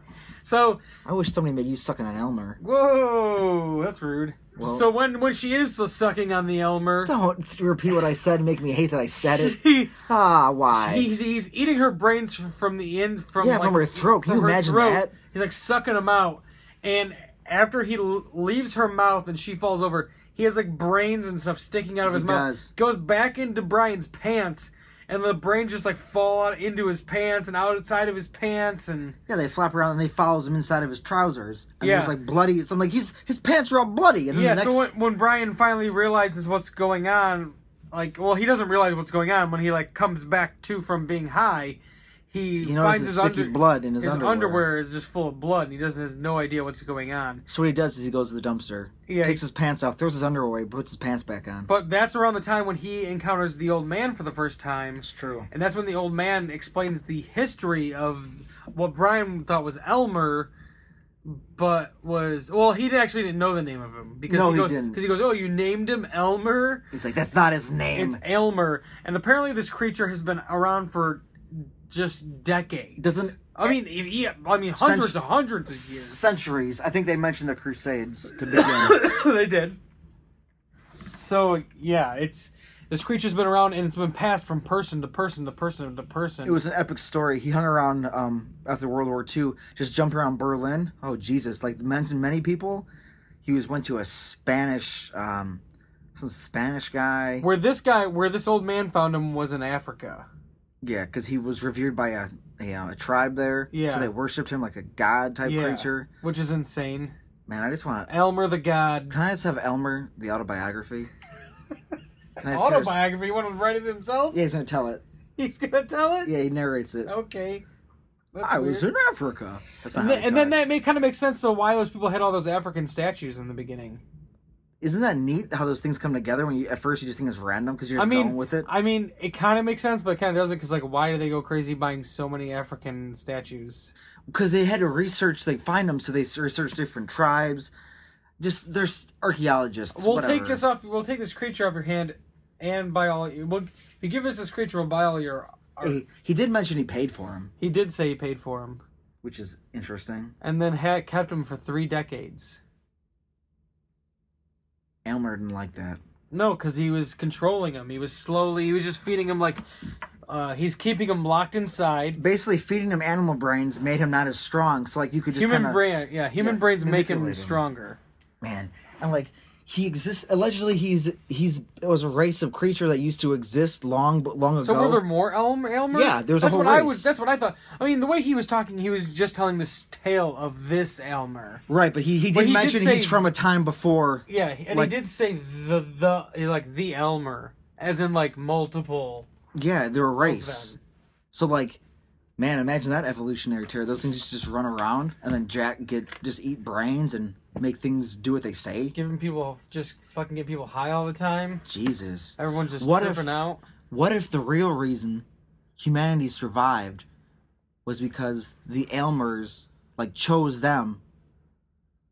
[SPEAKER 1] So
[SPEAKER 2] I wish somebody made you sucking on Elmer.
[SPEAKER 1] whoa, that's rude.
[SPEAKER 2] Well-
[SPEAKER 1] so when when she is sucking on the Elmer,
[SPEAKER 2] Don't repeat what I said and make me hate that I said it.
[SPEAKER 1] (laughs) she-
[SPEAKER 2] Ah, why?
[SPEAKER 1] He's, he's eating her brains f- from the end from
[SPEAKER 2] Yeah,
[SPEAKER 1] like,
[SPEAKER 2] from her throat. Can you imagine that?
[SPEAKER 1] He's like sucking them out, and after he l- leaves her mouth and she falls over, he has like brains and stuff sticking out of
[SPEAKER 2] He
[SPEAKER 1] his
[SPEAKER 2] does.
[SPEAKER 1] mouth. Goes back into Brian's pants, and the brains just like fall out into his pants and outside of his pants, and
[SPEAKER 2] Yeah, they flap around and they follows him inside of his trousers. And
[SPEAKER 1] Yeah.
[SPEAKER 2] there's like bloody. So I'm like, he's his pants are all bloody. And then
[SPEAKER 1] yeah.
[SPEAKER 2] the next,
[SPEAKER 1] So when, when Brian finally realizes what's going on, like well, he doesn't realize what's going on when he like comes back to from being high. He,
[SPEAKER 2] he
[SPEAKER 1] finds
[SPEAKER 2] notices
[SPEAKER 1] his
[SPEAKER 2] sticky
[SPEAKER 1] under-
[SPEAKER 2] blood in his,
[SPEAKER 1] his
[SPEAKER 2] underwear.
[SPEAKER 1] underwear. is just full of blood and he doesn't has no idea what's going on
[SPEAKER 2] So what he does is he goes to the dumpster,
[SPEAKER 1] Yeah.
[SPEAKER 2] takes his pants off, throws his underwear, away, puts his pants back on.
[SPEAKER 1] but that's around the time when he encounters the old man for the first time
[SPEAKER 2] It's true.
[SPEAKER 1] and that's when the old man explains the history of what brian thought was elmer but was well he actually didn't know the name of him because
[SPEAKER 2] No,
[SPEAKER 1] he
[SPEAKER 2] he
[SPEAKER 1] goes
[SPEAKER 2] didn't.
[SPEAKER 1] because he goes oh you named him elmer
[SPEAKER 2] He's like, that's not his
[SPEAKER 1] it's
[SPEAKER 2] name.
[SPEAKER 1] elmer and apparently this creature has been around for just decades
[SPEAKER 2] Doesn't-
[SPEAKER 1] i mean e- e- i mean hundreds
[SPEAKER 2] Cent-
[SPEAKER 1] of hundreds of years
[SPEAKER 2] Centuries. I think they mentioned the Crusades to (laughs) begin.
[SPEAKER 1] (laughs) they did. So yeah, it's this creature's been around and it's been passed from person to person to person to person.
[SPEAKER 2] it was an epic story. He hung around um, after World War II, just jumped around Berlin. Oh Jesus! Like mentioned many people, he was went to a Spanish, um, some Spanish guy.
[SPEAKER 1] where this guy, where this old man found him, was in Africa.
[SPEAKER 2] Yeah, because he was revered by a a, uh, a tribe there.
[SPEAKER 1] Yeah.
[SPEAKER 2] So they worshipped him like a god type
[SPEAKER 1] Yeah.
[SPEAKER 2] creature.
[SPEAKER 1] which is insane.
[SPEAKER 2] Man, I just want. to...
[SPEAKER 1] Elmer the God.
[SPEAKER 2] Can I just have Elmer the
[SPEAKER 1] (laughs)
[SPEAKER 2] autobiography? Can I just hear us-
[SPEAKER 1] Autobiography. You want to write it himself?
[SPEAKER 2] Yeah, he's gonna tell it.
[SPEAKER 1] He's gonna tell it.
[SPEAKER 2] Yeah, he narrates it.
[SPEAKER 1] Okay. Oh, That's
[SPEAKER 2] I was
[SPEAKER 1] weird.
[SPEAKER 2] in Africa. That's not
[SPEAKER 1] And,
[SPEAKER 2] how
[SPEAKER 1] then-
[SPEAKER 2] he
[SPEAKER 1] and then
[SPEAKER 2] talks.
[SPEAKER 1] that may kind of make sense to why those people had all those African statues in the beginning.
[SPEAKER 2] Isn't that neat how those things come together when you at first you just think it's random because you're
[SPEAKER 1] I
[SPEAKER 2] just
[SPEAKER 1] mean,
[SPEAKER 2] going with it?
[SPEAKER 1] I mean, it kind of makes sense, but it kind of doesn't because, like, why do they go crazy buying so many African statues?
[SPEAKER 2] Because they had to research, they find them, so they s- research different tribes. Just there's archaeologists.
[SPEAKER 1] We'll
[SPEAKER 2] whatever.
[SPEAKER 1] take this off. We'll take this creature off your hand, and by all, we'll, if you give us this creature, we'll buy all your. Art.
[SPEAKER 2] He, he did mention he paid for him,
[SPEAKER 1] He did say he paid for him,
[SPEAKER 2] which is interesting.
[SPEAKER 1] and then had kept him for three decades.
[SPEAKER 2] Elmer didn't like that.
[SPEAKER 1] No, because he was controlling him. He was slowly. He was just feeding him like, uh, he's keeping him locked inside.
[SPEAKER 2] Basically, feeding him animal brains made him not as strong. So like you could just
[SPEAKER 1] Human
[SPEAKER 2] kinda,
[SPEAKER 1] brain, yeah, human
[SPEAKER 2] yeah,
[SPEAKER 1] brains make him
[SPEAKER 2] manipulate him.
[SPEAKER 1] stronger.
[SPEAKER 2] man, and like he exists. Allegedly, he's he's it was a race of creature that used to exist long but long ago.
[SPEAKER 1] So were there more Elm Elmers?
[SPEAKER 2] Yeah, there was a
[SPEAKER 1] that's
[SPEAKER 2] whole
[SPEAKER 1] what I
[SPEAKER 2] race.
[SPEAKER 1] was. That's what I thought. I mean, the way he was talking, he was just telling this tale of this Elmer.
[SPEAKER 2] Right, but he, he did
[SPEAKER 1] But he did
[SPEAKER 2] mention
[SPEAKER 1] say-
[SPEAKER 2] he's from a time before.
[SPEAKER 1] Yeah, and
[SPEAKER 2] Like-
[SPEAKER 1] he did say the the like the Elmer, as in like multiple.
[SPEAKER 2] Yeah, they're a race.
[SPEAKER 1] them.
[SPEAKER 2] So like, man, imagine that evolutionary terror. Those things used to just run around and then Jack get just eat brains and make things do what they say.
[SPEAKER 1] Giving people just fucking get people high all the time.
[SPEAKER 2] Jesus,
[SPEAKER 1] Everyone's just
[SPEAKER 2] What if-
[SPEAKER 1] tripping out.
[SPEAKER 2] what if the real reason humanity survived was because the Aylmers like chose them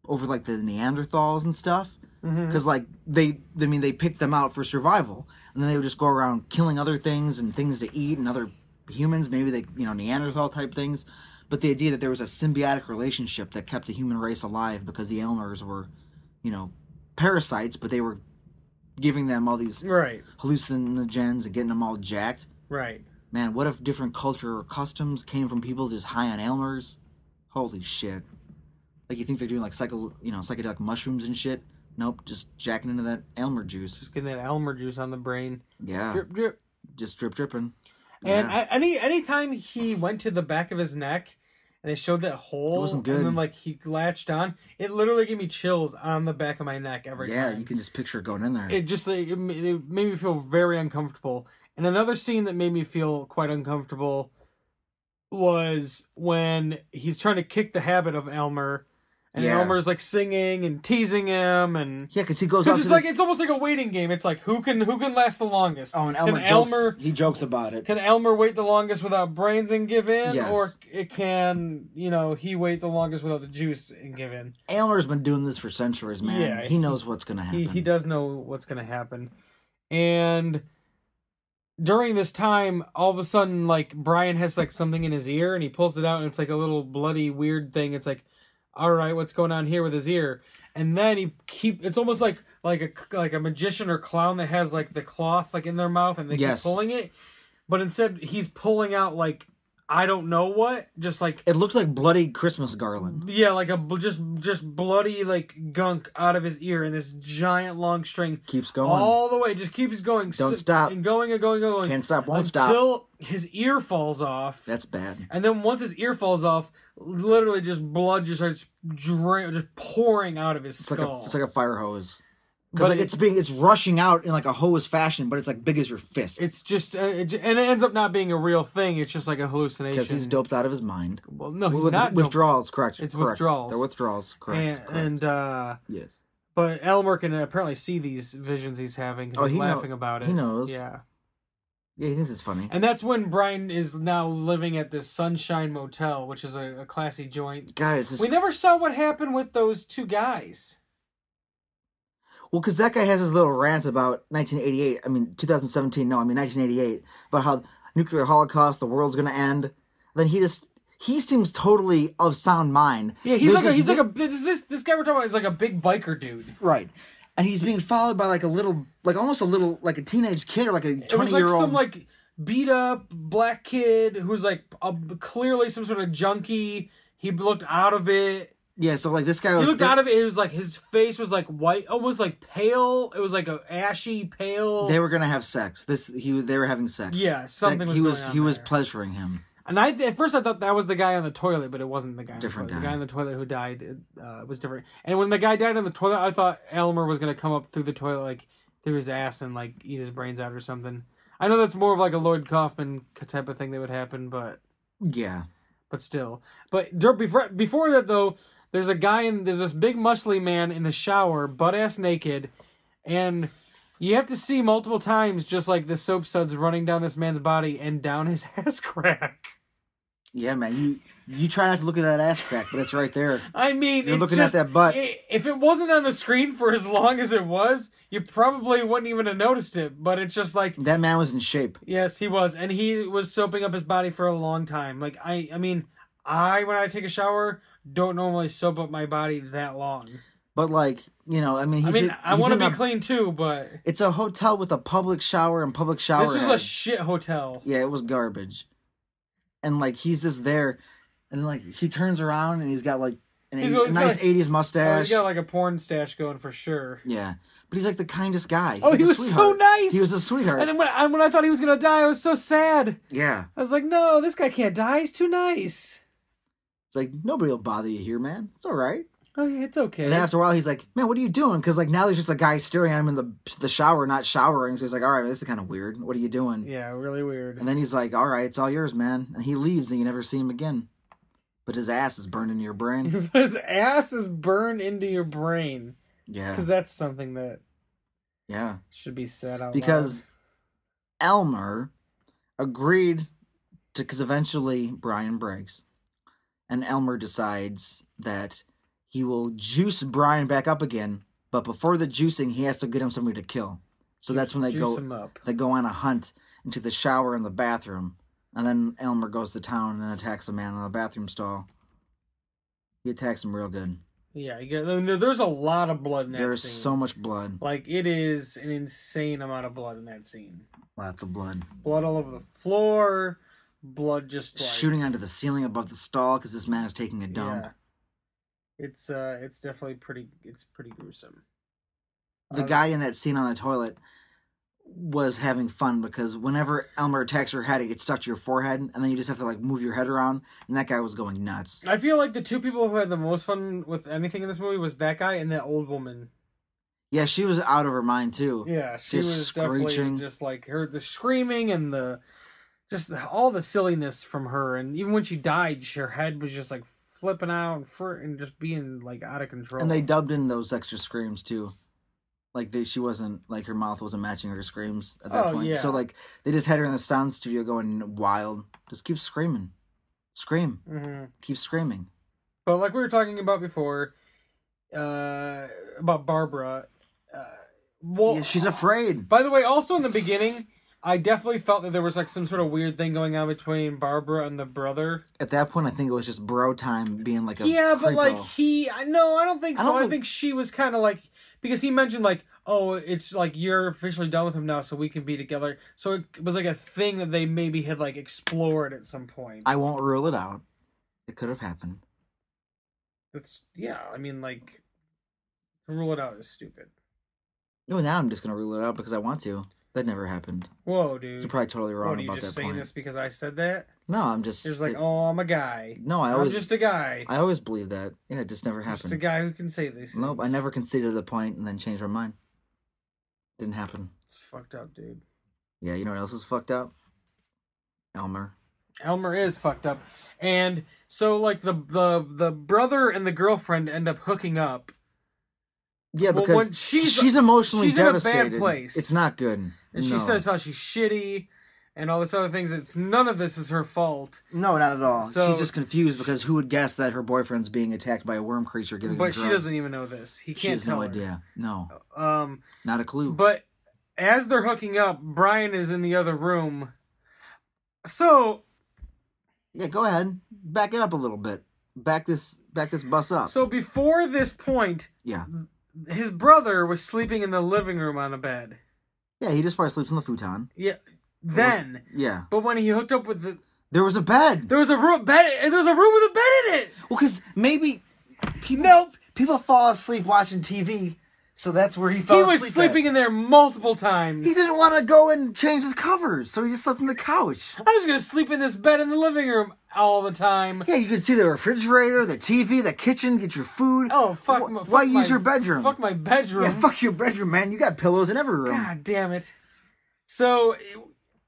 [SPEAKER 2] over like the Neanderthals and stuff? Because like they, I mean, they picked them out for survival, and then they would just go around killing other things and things to eat and other humans. Maybe they, you know, Neanderthal type things. But the idea that there was a symbiotic relationship that kept the human race alive because the Aylmers were, you know, parasites, but they were giving them all these
[SPEAKER 1] Right,
[SPEAKER 2] hallucinogens and getting them all jacked.
[SPEAKER 1] right.
[SPEAKER 2] Man, what if different culture or customs came from people just high on Elmer's? Holy shit! Like you think they're doing like psycho, you know, psychedelic mushrooms and shit? Nope, just jacking into that Elmer juice.
[SPEAKER 1] Just getting that Elmer juice on the brain.
[SPEAKER 2] Yeah,
[SPEAKER 1] Drip, drip.
[SPEAKER 2] just drip dripping.
[SPEAKER 1] And
[SPEAKER 2] Yeah.
[SPEAKER 1] I, any anytime he went to the back of his neck and they showed that hole
[SPEAKER 2] wasn't
[SPEAKER 1] and
[SPEAKER 2] good.
[SPEAKER 1] then like he latched on, it literally gave me chills on the back of my neck every
[SPEAKER 2] yeah,
[SPEAKER 1] time.
[SPEAKER 2] you can just picture it going in there.
[SPEAKER 1] It just like, it ma- it made me feel very uncomfortable. And another scene that made me feel quite uncomfortable was when he's trying to kick the habit of Elmer and
[SPEAKER 2] Yeah.
[SPEAKER 1] Elmer's like singing and teasing him and
[SPEAKER 2] yeah, because he goes out
[SPEAKER 1] because
[SPEAKER 2] to
[SPEAKER 1] it's like
[SPEAKER 2] this,
[SPEAKER 1] it's almost like a waiting game. It's like who can who can last the longest?
[SPEAKER 2] oh, and Elmer,
[SPEAKER 1] can
[SPEAKER 2] jokes,
[SPEAKER 1] Elmer
[SPEAKER 2] he jokes about it.
[SPEAKER 1] can Elmer wait the longest without brains and give in,
[SPEAKER 2] Yes.
[SPEAKER 1] or it can you know he wait the longest without the juice and give in?
[SPEAKER 2] Elmer's been doing this for centuries, man.
[SPEAKER 1] Yeah,
[SPEAKER 2] he, knows what's gonna happen.
[SPEAKER 1] He he does know what's gonna happen, and during this time, all of a sudden, like Brian has like something in his ear, and he pulls it out, and it's like a little bloody weird thing. It's like, all right, what's going on here with his ear? And then he keep. It's almost like like a like a magician or clown that has like the cloth like in their mouth, and they
[SPEAKER 2] Yes.
[SPEAKER 1] keep pulling it, but instead he's pulling out like I don't know what, just like
[SPEAKER 2] It looked like bloody Christmas garland.
[SPEAKER 1] yeah, like a bl- just just bloody like gunk out of his ear in this giant long string
[SPEAKER 2] Keeps going.
[SPEAKER 1] all the way. Just keeps going.
[SPEAKER 2] Don't
[SPEAKER 1] s-
[SPEAKER 2] stop.
[SPEAKER 1] And going and going and going.
[SPEAKER 2] Can't stop, won't
[SPEAKER 1] until
[SPEAKER 2] stop.
[SPEAKER 1] his ear falls off.
[SPEAKER 2] That's bad.
[SPEAKER 1] and then once his ear falls off, literally just blood just starts dra- just pouring out of his
[SPEAKER 2] It's like
[SPEAKER 1] skull.
[SPEAKER 2] a it's like a fire hose.
[SPEAKER 1] But
[SPEAKER 2] Because like
[SPEAKER 1] it-
[SPEAKER 2] it's being it's rushing out in like a hose fashion, but it's like big as your fist.
[SPEAKER 1] it's just, uh, it, j- and it ends up not being a real thing. It's just like a hallucination.
[SPEAKER 2] Because he's doped out of his mind.
[SPEAKER 1] Well, no, he's
[SPEAKER 2] With-
[SPEAKER 1] not.
[SPEAKER 2] withdrawals, correct?
[SPEAKER 1] It's
[SPEAKER 2] correct.
[SPEAKER 1] withdrawals.
[SPEAKER 2] They're withdrawals, correct?
[SPEAKER 1] And,
[SPEAKER 2] correct.
[SPEAKER 1] and uh,
[SPEAKER 2] yes,
[SPEAKER 1] but Elmer can apparently see these visions he's having. 'cause
[SPEAKER 2] Oh,
[SPEAKER 1] he's
[SPEAKER 2] he know-
[SPEAKER 1] laughing about it.
[SPEAKER 2] he knows.
[SPEAKER 1] Yeah.
[SPEAKER 2] yeah, he thinks it's funny.
[SPEAKER 1] And that's when Brian is now living at this Sunshine Motel, which is a, a classy joint.
[SPEAKER 2] God, it's just
[SPEAKER 1] We never saw what happened with those two guys.
[SPEAKER 2] Well, because that guy has his little rant about 1988. I mean, 2017. No, I mean 1988 about how nuclear holocaust, the world's gonna end. Then he just he seems totally of sound mind.
[SPEAKER 1] Yeah, he's
[SPEAKER 2] There's
[SPEAKER 1] like a,
[SPEAKER 2] this
[SPEAKER 1] he's like
[SPEAKER 2] vi-
[SPEAKER 1] a this this this guy we're talking about is like a big biker dude.
[SPEAKER 2] right, and he's being followed by like a little, like almost a little, like a teenage kid or like a
[SPEAKER 1] It was
[SPEAKER 2] 20
[SPEAKER 1] like
[SPEAKER 2] year
[SPEAKER 1] some
[SPEAKER 2] old.
[SPEAKER 1] like beat up black kid who's like a, clearly some sort of junkie. He looked out of it.
[SPEAKER 2] yeah, so like this guy
[SPEAKER 1] He
[SPEAKER 2] was
[SPEAKER 1] looked
[SPEAKER 2] they,
[SPEAKER 1] out of it. It was like his face was like white, almost like pale. It was like a ashy pale.
[SPEAKER 2] they were gonna have sex. This he they were having sex.
[SPEAKER 1] Yeah, something
[SPEAKER 2] That
[SPEAKER 1] was
[SPEAKER 2] he
[SPEAKER 1] going
[SPEAKER 2] was
[SPEAKER 1] on
[SPEAKER 2] he was
[SPEAKER 1] there.
[SPEAKER 2] pleasuring him.
[SPEAKER 1] And I at first I thought that was the guy on the toilet, but it wasn't the guy. on the
[SPEAKER 2] Different
[SPEAKER 1] toilet.
[SPEAKER 2] guy.
[SPEAKER 1] The guy on the toilet who died uh, was different. And when the guy died on the toilet, I thought Elmer was gonna come up through the toilet, like through his ass, and like eat his brains out or something. I know that's more of like a Lloyd Kaufman type of thing that would happen, but
[SPEAKER 2] Yeah,
[SPEAKER 1] but still. But dur- before before that though, there's a guy in there's this big muscly man in the shower, butt ass naked, and you have to see multiple times just like the soap suds running down this man's body and down his (laughs) ass crack.
[SPEAKER 2] yeah, man. You you try not to look at that ass crack, but it's right there.
[SPEAKER 1] I mean,
[SPEAKER 2] You're
[SPEAKER 1] it's
[SPEAKER 2] looking at
[SPEAKER 1] just,
[SPEAKER 2] that butt.
[SPEAKER 1] i- if it wasn't on the screen for as long as it was, you probably wouldn't even have noticed it. But it's just like,
[SPEAKER 2] That man was in shape.
[SPEAKER 1] yes, he was, and he was soaping up his body for a long time. Like I, I mean, I when I take a shower, don't normally soap up my body that long.
[SPEAKER 2] But like, you know, I mean, he's
[SPEAKER 1] I mean,
[SPEAKER 2] in-
[SPEAKER 1] I
[SPEAKER 2] he's
[SPEAKER 1] want to
[SPEAKER 2] in
[SPEAKER 1] be
[SPEAKER 2] a-
[SPEAKER 1] clean too, but
[SPEAKER 2] It's a hotel with a public shower and public shower.
[SPEAKER 1] this was a
[SPEAKER 2] head.
[SPEAKER 1] shit hotel.
[SPEAKER 2] yeah, it was garbage. And like he's just there, and like he turns around and he's got like an
[SPEAKER 1] He's
[SPEAKER 2] 80
[SPEAKER 1] always
[SPEAKER 2] nice
[SPEAKER 1] got-
[SPEAKER 2] '80s
[SPEAKER 1] Oh, he's
[SPEAKER 2] mustache.
[SPEAKER 1] got like a porn stash going for sure.
[SPEAKER 2] yeah, but he's like the kindest guy. He's
[SPEAKER 1] Oh,
[SPEAKER 2] like
[SPEAKER 1] he
[SPEAKER 2] a
[SPEAKER 1] was so
[SPEAKER 2] sweetheart.
[SPEAKER 1] nice!
[SPEAKER 2] He was a sweetheart.
[SPEAKER 1] And then when I, when I thought he was gonna die, I was so sad.
[SPEAKER 2] yeah,
[SPEAKER 1] I was like, no, this guy can't die. He's too nice.
[SPEAKER 2] it's like nobody will bother you here, man. It's all right.
[SPEAKER 1] Oh, yeah, it's okay.
[SPEAKER 2] And then after a while, he's like, "Man, what are you doing?" Because like now there's just a guy staring at him in the the shower, not showering. So he's like, "All right, this is kind of weird. What are you doing?"
[SPEAKER 1] yeah, really weird.
[SPEAKER 2] And then he's like, "All right, it's all yours, man." And he leaves, and you never see him again. But his ass is burned into
[SPEAKER 1] (laughs)
[SPEAKER 2] your brain.
[SPEAKER 1] his ass is burned into your brain
[SPEAKER 2] Yeah,
[SPEAKER 1] because that's something that
[SPEAKER 2] yeah.
[SPEAKER 1] should be said out
[SPEAKER 2] Because Elmer agreed to, because eventually Brian breaks, and Elmer decides that he will juice Brian back up again. But before the juicing, he has to get him somebody to kill. So that's when
[SPEAKER 1] loud.
[SPEAKER 2] they
[SPEAKER 1] juice
[SPEAKER 2] go
[SPEAKER 1] him up.
[SPEAKER 2] they go on a hunt into the shower and the bathroom, and then Elmer goes to town and attacks a man in the bathroom stall. He attacks him real good.
[SPEAKER 1] Yeah, you get, I mean, there- there's a lot of blood in that
[SPEAKER 2] There is
[SPEAKER 1] scene.
[SPEAKER 2] so much blood,
[SPEAKER 1] like it is an insane amount of blood in that scene.
[SPEAKER 2] lots of blood,
[SPEAKER 1] Blood all over the floor. Blood just like,
[SPEAKER 2] shooting onto the ceiling above the stall because this man is taking a dump.
[SPEAKER 1] Yeah. It's uh, it's definitely pretty. It's pretty gruesome.
[SPEAKER 2] The
[SPEAKER 1] Uh,
[SPEAKER 2] guy in that scene on the toilet was having fun because whenever Elmer attacks your head, it gets stuck to your forehead, and then you just have to like move your head around. And that guy was going nuts.
[SPEAKER 1] I feel like the two people who had the most fun with anything in this movie was that guy and that old woman.
[SPEAKER 2] Yeah, she was out of her mind too.
[SPEAKER 1] Yeah, she
[SPEAKER 2] Just
[SPEAKER 1] was
[SPEAKER 2] screeching.
[SPEAKER 1] definitely just like her the screaming and the just the- all the silliness from her, and even when she died, she- her head was just like flipping out and fr- and just being like out of control.
[SPEAKER 2] And they dubbed in those extra screams too. Like they, she wasn't like her mouth wasn't matching her screams at that
[SPEAKER 1] Oh,
[SPEAKER 2] point.
[SPEAKER 1] yeah.
[SPEAKER 2] So like they just had her in the sound studio going wild. Just keep screaming, scream,
[SPEAKER 1] hmm
[SPEAKER 2] keep screaming.
[SPEAKER 1] But like we were talking about before, uh, about Barbara. Uh, well,
[SPEAKER 2] yeah, she's afraid.
[SPEAKER 1] By the way, also in the beginning, I definitely felt that there was like some sort of weird thing going on between Barbara and the brother.
[SPEAKER 2] At that point, I think it was just bro time being like a
[SPEAKER 1] yeah, but
[SPEAKER 2] creepo.
[SPEAKER 1] like he, I no, I don't think
[SPEAKER 2] I
[SPEAKER 1] so. I,
[SPEAKER 2] don't
[SPEAKER 1] think...
[SPEAKER 2] think-
[SPEAKER 1] she was kind of like because he mentioned like, oh, it's like you're officially done with him now, so we can be together. So it was like a thing that they maybe had like explored at some point.
[SPEAKER 2] I won't rule it out. It could have happened.
[SPEAKER 1] That's yeah. I mean, like to rule it out is stupid.
[SPEAKER 2] No, now I'm just gonna rule it out because I want to. That never happened.
[SPEAKER 1] Whoa,
[SPEAKER 2] You're
[SPEAKER 1] dude.
[SPEAKER 2] probably totally
[SPEAKER 1] Mm.
[SPEAKER 2] wrong
[SPEAKER 1] What are you
[SPEAKER 2] about
[SPEAKER 1] just
[SPEAKER 2] that
[SPEAKER 1] saying
[SPEAKER 2] point.
[SPEAKER 1] this because I said that?
[SPEAKER 2] No, I'm just.
[SPEAKER 1] It was like,
[SPEAKER 2] sti-
[SPEAKER 1] oh, I'm a guy.
[SPEAKER 2] no, I
[SPEAKER 1] I'm
[SPEAKER 2] always
[SPEAKER 1] just a guy.
[SPEAKER 2] I always believe that. Yeah, it just never
[SPEAKER 1] I'm just a
[SPEAKER 2] happened.
[SPEAKER 1] guy who can say these.
[SPEAKER 2] Nope, I
[SPEAKER 1] things.
[SPEAKER 2] never conceded the point and then changed my mind. Didn't happen.
[SPEAKER 1] It's fucked up, dude.
[SPEAKER 2] Yeah, you know what else is fucked up? Elmer.
[SPEAKER 1] Elmer is fucked up, and so like the the the brother and the girlfriend end up hooking up.
[SPEAKER 2] Yeah,
[SPEAKER 1] Well,
[SPEAKER 2] because
[SPEAKER 1] when she's-
[SPEAKER 2] she's, emotionally
[SPEAKER 1] she's in a bad
[SPEAKER 2] devastated.
[SPEAKER 1] place.
[SPEAKER 2] It's not good.
[SPEAKER 1] And
[SPEAKER 2] no.
[SPEAKER 1] she says how she's shitty and all this other things. It's none of this is her fault.
[SPEAKER 2] no, not at all.
[SPEAKER 1] So-
[SPEAKER 2] she's just confused because who would guess that her boyfriend's being attacked by a worm creature giving
[SPEAKER 1] But
[SPEAKER 2] him
[SPEAKER 1] she
[SPEAKER 2] drugs?
[SPEAKER 1] doesn't even know this. He
[SPEAKER 2] She
[SPEAKER 1] can't
[SPEAKER 2] has
[SPEAKER 1] tell
[SPEAKER 2] no
[SPEAKER 1] her.
[SPEAKER 2] idea. No,
[SPEAKER 1] Um
[SPEAKER 2] not a clue.
[SPEAKER 1] but as they're hooking up, Brian is in the other room. So
[SPEAKER 2] Yeah, go ahead. Back it up a little bit. Back this back this bus up.
[SPEAKER 1] so before this point,
[SPEAKER 2] yeah.
[SPEAKER 1] his brother was sleeping in the living room on a bed.
[SPEAKER 2] Yeah, he just probably sleeps on the futon.
[SPEAKER 1] Yeah. Then,
[SPEAKER 2] Yeah.
[SPEAKER 1] but when he hooked up with the
[SPEAKER 2] There was a bed.
[SPEAKER 1] There was a room bed. There was a room with a bed in it.
[SPEAKER 2] Well, cuz maybe people
[SPEAKER 1] Nope.
[SPEAKER 2] people fall asleep watching TV, so that's where he fell
[SPEAKER 1] he
[SPEAKER 2] asleep.
[SPEAKER 1] was sleeping in there multiple times.
[SPEAKER 2] at. He didn't want to go and change his covers, so he just slept on the couch.
[SPEAKER 1] I was gonna sleep in this bed in the living room all the time.
[SPEAKER 2] Yeah, you could see the refrigerator, the TV, the kitchen, get your food.
[SPEAKER 1] Oh fuck!
[SPEAKER 2] Wh-
[SPEAKER 1] my- fuck
[SPEAKER 2] Why use
[SPEAKER 1] my-
[SPEAKER 2] your bedroom?
[SPEAKER 1] Fuck my bedroom.
[SPEAKER 2] yeah, fuck your bedroom, man. You got pillows in every room.
[SPEAKER 1] God damn it. So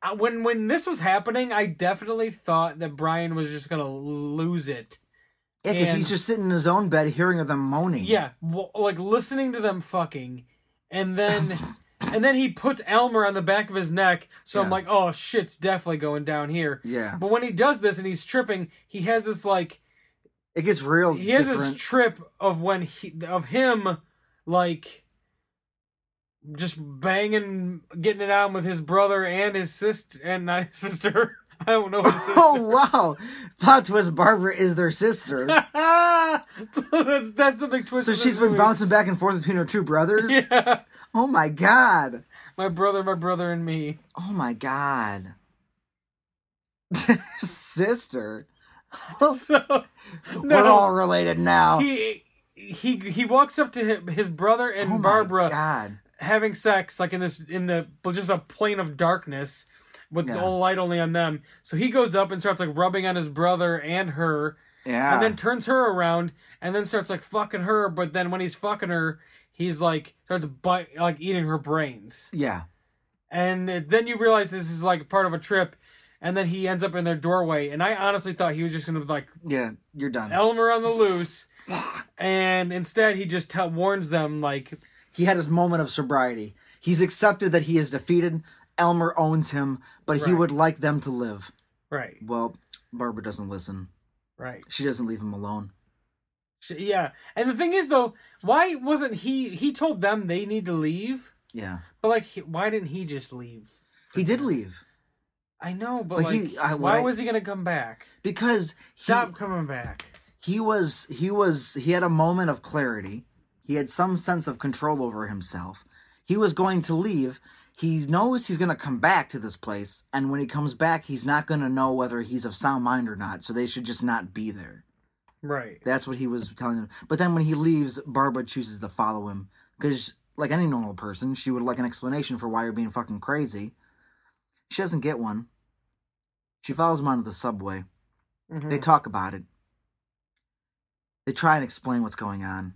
[SPEAKER 1] I- when when this was happening, I definitely thought that Brian was just gonna lose it.
[SPEAKER 2] Yeah, cuz
[SPEAKER 1] and-
[SPEAKER 2] he's just sitting in his own bed hearing them moaning.
[SPEAKER 1] Yeah, w- like listening to them fucking, and
[SPEAKER 2] (laughs)
[SPEAKER 1] then. And then he puts Elmer on the back of his neck, so I'm
[SPEAKER 2] Yeah.
[SPEAKER 1] like, "Oh shit's definitely going down here."
[SPEAKER 2] Yeah.
[SPEAKER 1] But when he does this and he's tripping, he has this like
[SPEAKER 2] It gets real
[SPEAKER 1] he has this
[SPEAKER 2] different.
[SPEAKER 1] trip of when he of him like just banging getting it on with his brother and his sister and not his (laughs) sister. I don't know his (laughs) sister.
[SPEAKER 2] Oh wow! Plot twist: Barbara is
[SPEAKER 1] (laughs)
[SPEAKER 2] their sister,
[SPEAKER 1] that's that's the big twist.
[SPEAKER 2] so
[SPEAKER 1] of this
[SPEAKER 2] she's been
[SPEAKER 1] movie.
[SPEAKER 2] bouncing back and forth between her two brothers.
[SPEAKER 1] (laughs) Yeah.
[SPEAKER 2] Oh my god!
[SPEAKER 1] My brother, my brother and me.
[SPEAKER 2] Oh my god! (laughs) sister,
[SPEAKER 1] (laughs) So
[SPEAKER 2] Oh. we're all
[SPEAKER 1] no,
[SPEAKER 2] related now.
[SPEAKER 1] he he he walks up to hi- his brother and
[SPEAKER 2] oh
[SPEAKER 1] Barbara
[SPEAKER 2] my god!
[SPEAKER 1] having sex like in this in the just a plane of darkness with the
[SPEAKER 2] Yeah.
[SPEAKER 1] light only on them. So he goes up and starts like rubbing on his brother and her,
[SPEAKER 2] Yeah,
[SPEAKER 1] and then turns her around and then starts like fucking her. But then when he's fucking her, he's like starts bite, like eating her brains,
[SPEAKER 2] yeah,
[SPEAKER 1] and then you realize this is like part of a trip. And then he ends up in their doorway, and I honestly thought he was just gonna like
[SPEAKER 2] yeah. You're done.
[SPEAKER 1] Elmer on the
[SPEAKER 2] (sighs)
[SPEAKER 1] loose, and instead he just tell warns them like
[SPEAKER 2] He had his moment of sobriety. He's accepted that he is defeated. Elmer owns him, but he
[SPEAKER 1] Right.
[SPEAKER 2] would like them to live.
[SPEAKER 1] right,
[SPEAKER 2] Well, Barbara doesn't listen.
[SPEAKER 1] right.
[SPEAKER 2] She doesn't leave him alone.
[SPEAKER 1] Sh- Yeah, and the thing is though, why wasn't he? He told them they need to leave,
[SPEAKER 2] Yeah,
[SPEAKER 1] but like, he, why didn't he just leave?
[SPEAKER 2] he did leave
[SPEAKER 1] I know, but
[SPEAKER 2] But
[SPEAKER 1] like,
[SPEAKER 2] he- I- what
[SPEAKER 1] why
[SPEAKER 2] I-
[SPEAKER 1] was he gonna come back?
[SPEAKER 2] because he-
[SPEAKER 1] Stop coming back.
[SPEAKER 2] he was he was he had a moment of clarity he had some sense of control over himself he was going to leave he knows he's going to come back to this place and when he comes back he's not going to know whether he's of sound mind or not so they should just not be there
[SPEAKER 1] Right.
[SPEAKER 2] that's what he was telling them but then when he leaves barbara chooses to follow him because like any normal person, she would like an explanation for why you're being fucking crazy. She doesn't get one. She follows him onto the subway.
[SPEAKER 1] Mhm.
[SPEAKER 2] They talk about it. They try and explain what's going on.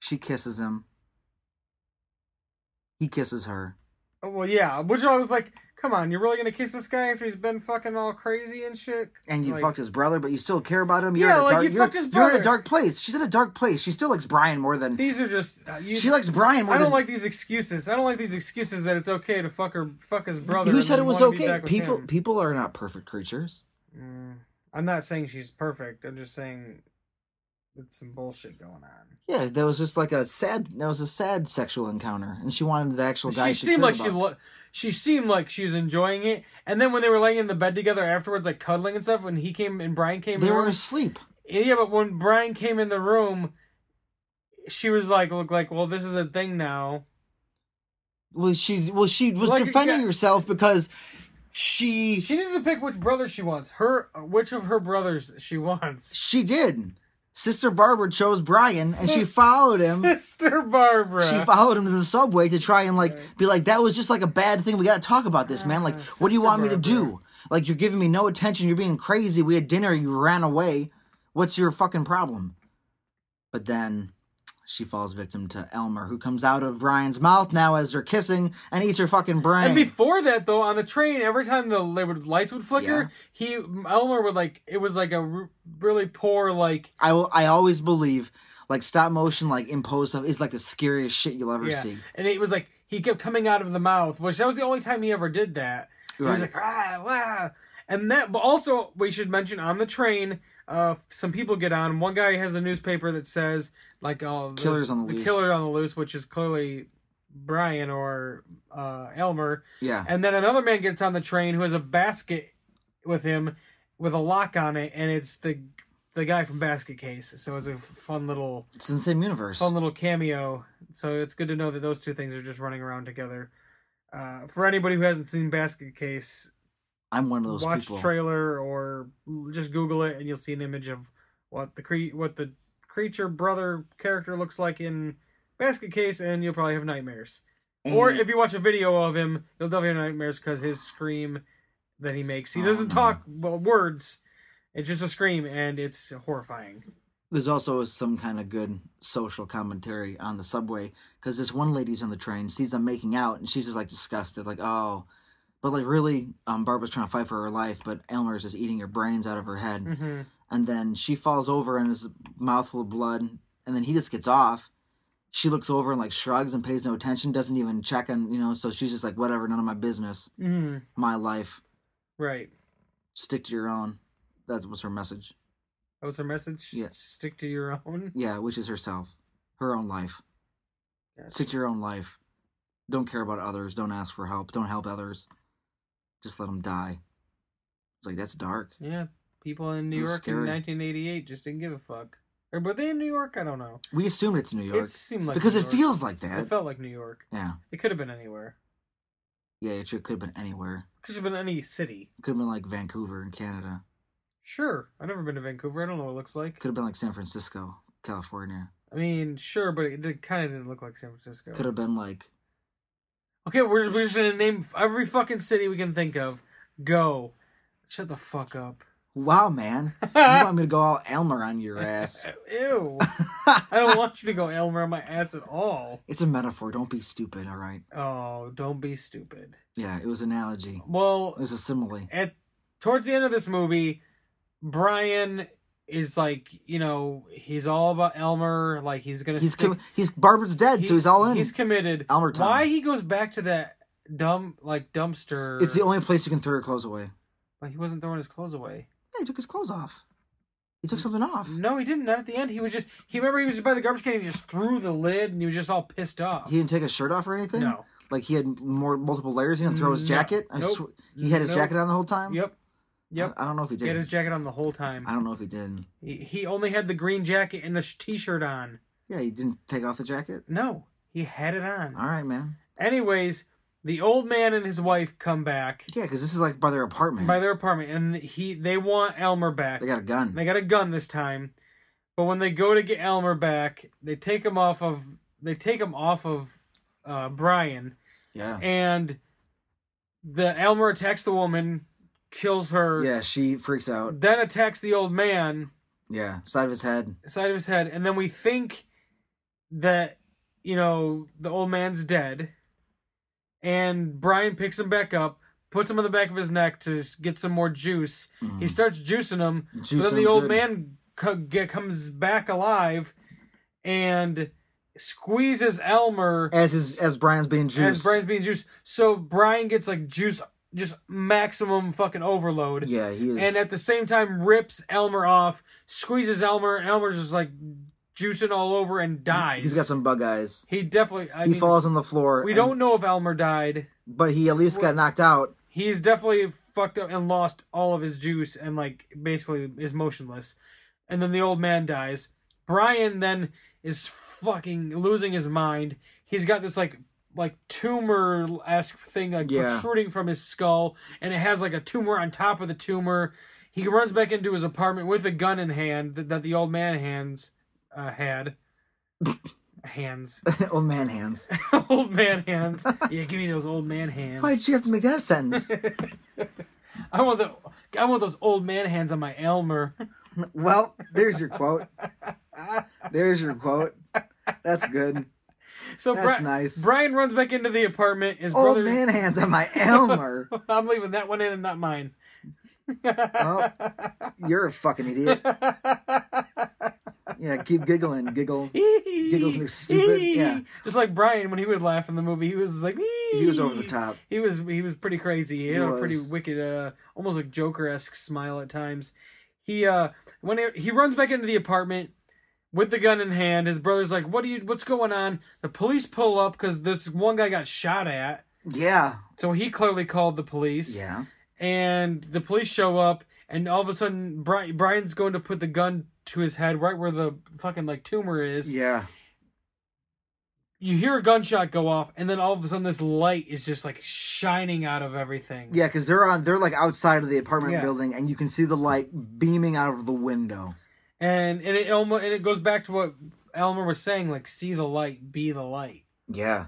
[SPEAKER 2] She kisses him. He kisses her.
[SPEAKER 1] Oh, well, yeah. Which I was like, come on, you're really gonna kiss this guy after he's been fucking all crazy and shit?
[SPEAKER 2] And you
[SPEAKER 1] Like,
[SPEAKER 2] fucked his brother, but you still care about him. You're
[SPEAKER 1] Yeah,
[SPEAKER 2] in a
[SPEAKER 1] like,
[SPEAKER 2] dark,
[SPEAKER 1] you
[SPEAKER 2] you're-
[SPEAKER 1] fucked his
[SPEAKER 2] You're in
[SPEAKER 1] brother.
[SPEAKER 2] a dark place. She's in a dark place. She still likes Brian more
[SPEAKER 1] (laughs)
[SPEAKER 2] than
[SPEAKER 1] These are just. Uh, you,
[SPEAKER 2] she likes Brian more
[SPEAKER 1] I don't
[SPEAKER 2] than
[SPEAKER 1] like these excuses. I don't like these excuses that it's okay to fuck her, fuck his brother.
[SPEAKER 2] Who
[SPEAKER 1] and
[SPEAKER 2] said
[SPEAKER 1] then
[SPEAKER 2] it was
[SPEAKER 1] wanna be
[SPEAKER 2] okay?
[SPEAKER 1] back with
[SPEAKER 2] People
[SPEAKER 1] him.
[SPEAKER 2] people are not perfect creatures.
[SPEAKER 1] Mm, I'm not saying she's perfect. I'm just saying it's some bullshit going on.
[SPEAKER 2] Yeah, that was just like a sad. That was a sad sexual encounter, and she wanted the actual guy.
[SPEAKER 1] she,
[SPEAKER 2] She,
[SPEAKER 1] seemed
[SPEAKER 2] cared
[SPEAKER 1] like she
[SPEAKER 2] about.
[SPEAKER 1] lo- she seemed like she was enjoying it. And then when they were laying in the bed together afterwards, like cuddling and stuff, when he came and Brian came, in
[SPEAKER 2] They
[SPEAKER 1] the
[SPEAKER 2] were
[SPEAKER 1] room-
[SPEAKER 2] asleep.
[SPEAKER 1] yeah, but when Brian came in the room, she was like, look, like, well, this is a thing now.
[SPEAKER 2] Well, she well she was
[SPEAKER 1] Like,
[SPEAKER 2] defending
[SPEAKER 1] yeah.
[SPEAKER 2] herself because she
[SPEAKER 1] She needs to pick which brother she wants. Her which of her brothers she wants.
[SPEAKER 2] she did. Sister Barbara chose Brian, and she
[SPEAKER 1] Sis-
[SPEAKER 2] followed
[SPEAKER 1] (laughs)
[SPEAKER 2] him.
[SPEAKER 1] Sister Barbara.
[SPEAKER 2] She followed him to the subway to try and like be like, that was just like a bad thing. We got to talk about this, man. Like, what do you
[SPEAKER 1] Sister
[SPEAKER 2] want me to
[SPEAKER 1] Barbara.
[SPEAKER 2] do? Like, you're giving me no attention. You're being crazy. We had dinner. You ran away. What's your fucking problem? But then she falls victim to Elmer, who comes out of Brian's mouth now as they're kissing and eats her fucking brain.
[SPEAKER 1] And before that, though, on the train, every time the they would, lights would flicker, he Elmer would like it was like a r- really poor like
[SPEAKER 2] I will. I always believe like stop motion, like imposed stuff is like the scariest shit you'll ever
[SPEAKER 1] yeah,
[SPEAKER 2] see.
[SPEAKER 1] and it was like he kept coming out of the mouth, which that was the only time he ever did that. He was
[SPEAKER 2] Right.
[SPEAKER 1] like ah, ah. and that. But also, we should mention on the train, uh, some people get on. One guy has a newspaper that says like oh, this-
[SPEAKER 2] Killers on the loose.
[SPEAKER 1] killer on the loose, which is clearly Brian or uh, Elmer.
[SPEAKER 2] Yeah.
[SPEAKER 1] And then another man gets on the train who has a basket with him with a lock on it, and it's the the guy from Basket Case. So it's a fun little
[SPEAKER 2] It's in the same universe.
[SPEAKER 1] fun little cameo. So it's good to know that those two things are just running around together. Uh, for anybody who hasn't seen Basket Case,
[SPEAKER 2] I'm one of those
[SPEAKER 1] watch
[SPEAKER 2] people.
[SPEAKER 1] trailer or just Google it, and you'll see an image of what the cre- what the creature brother character looks like in Basket Case, and you'll probably have nightmares. Or
[SPEAKER 2] And-
[SPEAKER 1] if you watch a video of him, you'll definitely have nightmares because his scream that he makes. He
[SPEAKER 2] Oh,
[SPEAKER 1] doesn't
[SPEAKER 2] no.
[SPEAKER 1] talk well, words. It's just a scream, and it's horrifying.
[SPEAKER 2] there's also some kind of good social commentary on the subway because this one lady's on the train sees them making out and she's just like disgusted like oh but like really um barbara's trying to fight for her life but elmer's just eating her brains out of her head
[SPEAKER 1] hmm
[SPEAKER 2] and then she falls over and is a mouthful of blood and then he just gets off she looks over and like shrugs and pays no attention doesn't even check on you know so she's just like whatever none of my business
[SPEAKER 1] hmm
[SPEAKER 2] my life
[SPEAKER 1] Right.
[SPEAKER 2] stick to your own that's what's her message
[SPEAKER 1] That was her message.
[SPEAKER 2] Yes.
[SPEAKER 1] Stick to your own.
[SPEAKER 2] Yeah, which is herself, her own life.
[SPEAKER 1] Yes.
[SPEAKER 2] Stick to your own life. Don't care about others. Don't ask for help. Don't help others. Just let them die. It's like that's dark.
[SPEAKER 1] Yeah. People in New
[SPEAKER 2] It was
[SPEAKER 1] York in
[SPEAKER 2] scary.
[SPEAKER 1] 1988 just didn't give a fuck. Or were they in New York? I don't know.
[SPEAKER 2] We assumed it's New York
[SPEAKER 1] It seemed like
[SPEAKER 2] because
[SPEAKER 1] New
[SPEAKER 2] it
[SPEAKER 1] York.
[SPEAKER 2] feels like that.
[SPEAKER 1] It felt like New York.
[SPEAKER 2] yeah,
[SPEAKER 1] It could have been anywhere.
[SPEAKER 2] yeah. It should- could have been anywhere.
[SPEAKER 1] It could have been any city.
[SPEAKER 2] It could have been like Vancouver in Canada.
[SPEAKER 1] Sure. I've never been to Vancouver. I don't know what it looks like.
[SPEAKER 2] Could have been like San Francisco, California.
[SPEAKER 1] I mean, sure, but it did, kind of didn't look like San Francisco.
[SPEAKER 2] Could have been like
[SPEAKER 1] Okay, we're just, we're just gonna name every fucking city we can think of. Go. Shut the fuck
[SPEAKER 2] (laughs)
[SPEAKER 1] up. (laughs)
[SPEAKER 2] Wow, man. you want me to go all Elmer on your ass? (laughs)
[SPEAKER 1] Ew. I don't want you to go Elmer on my ass at all.
[SPEAKER 2] it's a metaphor. Don't be stupid. All right.
[SPEAKER 1] Oh, don't be stupid.
[SPEAKER 2] Yeah, it was an analogy. It
[SPEAKER 1] Well,
[SPEAKER 2] was a simile.
[SPEAKER 1] at towards the end of this movie, Brian is like, you know, he's all about Elmer. Like he's gonna.
[SPEAKER 2] He's
[SPEAKER 1] stick-
[SPEAKER 2] com- he's Barbara's dead, so he's all in.
[SPEAKER 1] He's committed.
[SPEAKER 2] Elmer time.
[SPEAKER 1] Why he goes back to that dumb like dumpster?
[SPEAKER 2] It's the only place you can throw your clothes away.
[SPEAKER 1] like he wasn't throwing his clothes away.
[SPEAKER 2] Yeah, he took his clothes off. He took something off.
[SPEAKER 1] No, he didn't. Not at the end. He was just. He remember he was by the garbage can. He just threw the lid, and he was just all pissed off.
[SPEAKER 2] He didn't take his shirt off or anything.
[SPEAKER 1] no.
[SPEAKER 2] Like he had more multiple layers. He didn't throw his
[SPEAKER 1] No.
[SPEAKER 2] jacket. I
[SPEAKER 1] Nope.
[SPEAKER 2] sw- he had his
[SPEAKER 1] Nope.
[SPEAKER 2] jacket on the whole time.
[SPEAKER 1] Yep. Yep.
[SPEAKER 2] I, I don't know if he
[SPEAKER 1] He
[SPEAKER 2] did.
[SPEAKER 1] had his jacket on the whole time.
[SPEAKER 2] I don't know if he did.
[SPEAKER 1] He, he only had the green jacket and the sh- t-shirt on.
[SPEAKER 2] Yeah, he didn't take off the jacket.
[SPEAKER 1] No, he had it on.
[SPEAKER 2] All right, man.
[SPEAKER 1] Anyways, the old man and his wife come back
[SPEAKER 2] Yeah, because this is like by their apartment.
[SPEAKER 1] by their apartment, and he they want Elmer back.
[SPEAKER 2] they got a gun.
[SPEAKER 1] They got a gun this time. But when they go to get Elmer back, they take him off of they take him off of uh, Brian,
[SPEAKER 2] Yeah.
[SPEAKER 1] and the Elmer attacks the woman, kills her,
[SPEAKER 2] Yeah, she freaks out.
[SPEAKER 1] then attacks the old man,
[SPEAKER 2] Yeah, side of his head.
[SPEAKER 1] side of his head, and then we think that you know the old man's dead, and Brian picks him back up, puts him on the back of his neck to s- get some more juice. He starts juicing him,
[SPEAKER 2] Juice
[SPEAKER 1] but then
[SPEAKER 2] Mm-hmm. him
[SPEAKER 1] the old
[SPEAKER 2] good.
[SPEAKER 1] man co- get, comes back alive and squeezes Elmer
[SPEAKER 2] as his as Brian's being juiced.
[SPEAKER 1] as Brian's being juiced. So Brian gets like juice, just maximum fucking overload.
[SPEAKER 2] yeah, he is.
[SPEAKER 1] And at the same time, rips Elmer off, squeezes Elmer, and Elmer's just like juicing all over and dies.
[SPEAKER 2] he's got some bug eyes.
[SPEAKER 1] He definitely. I
[SPEAKER 2] He
[SPEAKER 1] mean,
[SPEAKER 2] falls on the floor.
[SPEAKER 1] We
[SPEAKER 2] and-
[SPEAKER 1] don't know if Elmer died.
[SPEAKER 2] but he at least got knocked out. (laughs)
[SPEAKER 1] He's definitely fucked up and lost all of his juice and like basically is motionless. And then the old man dies. Brian then is fucking losing his mind. He's got this like like tumor esque thing like
[SPEAKER 2] Yeah.
[SPEAKER 1] protruding from his skull, and it has like a tumor on top of the tumor. He runs back into his apartment with a gun in hand that, that the old man hands uh,
[SPEAKER 2] (laughs)
[SPEAKER 1] had. hands, (laughs)
[SPEAKER 2] old Oh, man hands.
[SPEAKER 1] old man hands. Yeah, give me those old man hands.
[SPEAKER 2] Why did you have to make
[SPEAKER 1] (laughs)
[SPEAKER 2] that sentence?
[SPEAKER 1] I want the I want those old man hands on my
[SPEAKER 2] (laughs)
[SPEAKER 1] Elmer.
[SPEAKER 2] well, there's your quote. There's your quote. That's good.
[SPEAKER 1] So
[SPEAKER 2] That's
[SPEAKER 1] Bri-
[SPEAKER 2] nice.
[SPEAKER 1] Brian runs back into the apartment. His
[SPEAKER 2] Old
[SPEAKER 1] brother.
[SPEAKER 2] man hands on my Elmer.
[SPEAKER 1] (laughs) I'm leaving that one in and not
[SPEAKER 2] (laughs)
[SPEAKER 1] mine.
[SPEAKER 2] Oh, you're a fucking idiot. Yeah, keep giggling, giggle.
[SPEAKER 1] Giggles (laughs)
[SPEAKER 2] me stupid, yeah.
[SPEAKER 1] Just like Brian when he would laugh in the movie, he was like
[SPEAKER 2] He was over the top.
[SPEAKER 1] He was he was pretty crazy. He, had a pretty
[SPEAKER 2] was.
[SPEAKER 1] wicked, uh, almost like Joker esque smile at times. He uh, when he, he runs back into the apartment with the gun in hand, his brother's like, "What do you? What's going on?" The police pull up because this one guy got shot at,
[SPEAKER 2] Yeah.
[SPEAKER 1] so he clearly called the police.
[SPEAKER 2] Yeah.
[SPEAKER 1] And the police show up, and all of a sudden, Bri- Brian's going to put the gun to his head right where the fucking like tumor is.
[SPEAKER 2] Yeah.
[SPEAKER 1] You hear a gunshot go off, and then all of a sudden, this light is just like shining out of everything.
[SPEAKER 2] Yeah, because they're on they're like outside of the apartment
[SPEAKER 1] Yeah.
[SPEAKER 2] building and you can see the light beaming out of the window.
[SPEAKER 1] and and it Elmer and it goes back to what Elmer was saying, like see the light, be the light,
[SPEAKER 2] Yeah.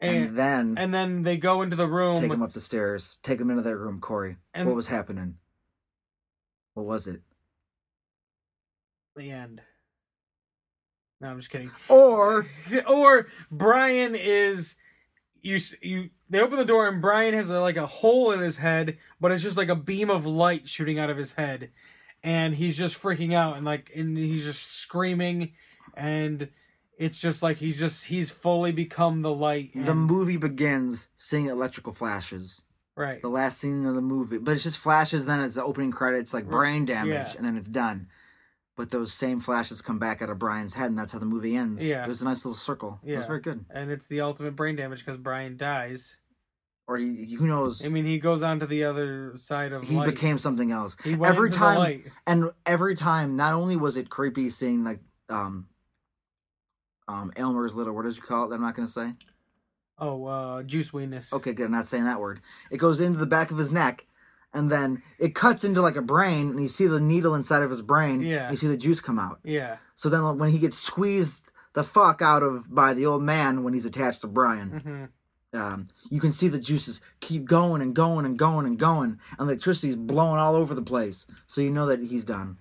[SPEAKER 2] And,
[SPEAKER 1] and
[SPEAKER 2] then
[SPEAKER 1] and then they go into the
[SPEAKER 2] Mm. take him
[SPEAKER 1] room.
[SPEAKER 2] up the stairs. Take him into that room, Corey.
[SPEAKER 1] And-
[SPEAKER 2] what was happening? What was it?
[SPEAKER 1] The end. No, I'm just kidding.
[SPEAKER 2] Or
[SPEAKER 1] (laughs) Or Brian is you s- you. They open the door and Brian has a, like a hole in his head, but it's just like a beam of light shooting out of his head, and he's just freaking out and like and he's just screaming, and it's just like he's just he's fully become the light.
[SPEAKER 2] the
[SPEAKER 1] and-
[SPEAKER 2] movie begins seeing electrical flashes.
[SPEAKER 1] right.
[SPEAKER 2] The last scene of the movie, but it's just flashes. Then it's the opening credits, like brain damage,
[SPEAKER 1] Yeah.
[SPEAKER 2] and then it's done. But those same flashes come back out of Brian's head, and that's how the movie ends.
[SPEAKER 1] Yeah.
[SPEAKER 2] it was a nice little circle. it was
[SPEAKER 1] Yeah.
[SPEAKER 2] very good.
[SPEAKER 1] and it's the ultimate brain damage because Brian dies.
[SPEAKER 2] Or he, who knows?
[SPEAKER 1] I mean, he goes on to the other side of
[SPEAKER 2] he
[SPEAKER 1] light.
[SPEAKER 2] became something else.
[SPEAKER 1] He went
[SPEAKER 2] every
[SPEAKER 1] into the
[SPEAKER 2] time,
[SPEAKER 1] light.
[SPEAKER 2] and every time, not only was it creepy seeing like um, um, Elmer's little. What did you call it? that I'm not gonna say.
[SPEAKER 1] oh uh, juice weenus.
[SPEAKER 2] Okay, good. I'm not saying that word. It goes into the back of his neck, and then it cuts into like a brain, and you see the needle inside of his brain.
[SPEAKER 1] Yeah.
[SPEAKER 2] and you see the juice come out.
[SPEAKER 1] Yeah,
[SPEAKER 2] So then, when he gets squeezed the fuck out of by the old man when he's attached to Brian,
[SPEAKER 1] Mhm.
[SPEAKER 2] um, you can see the juices keep going and going and going and going, and electricity's blowing all over the place. So you know that he's done.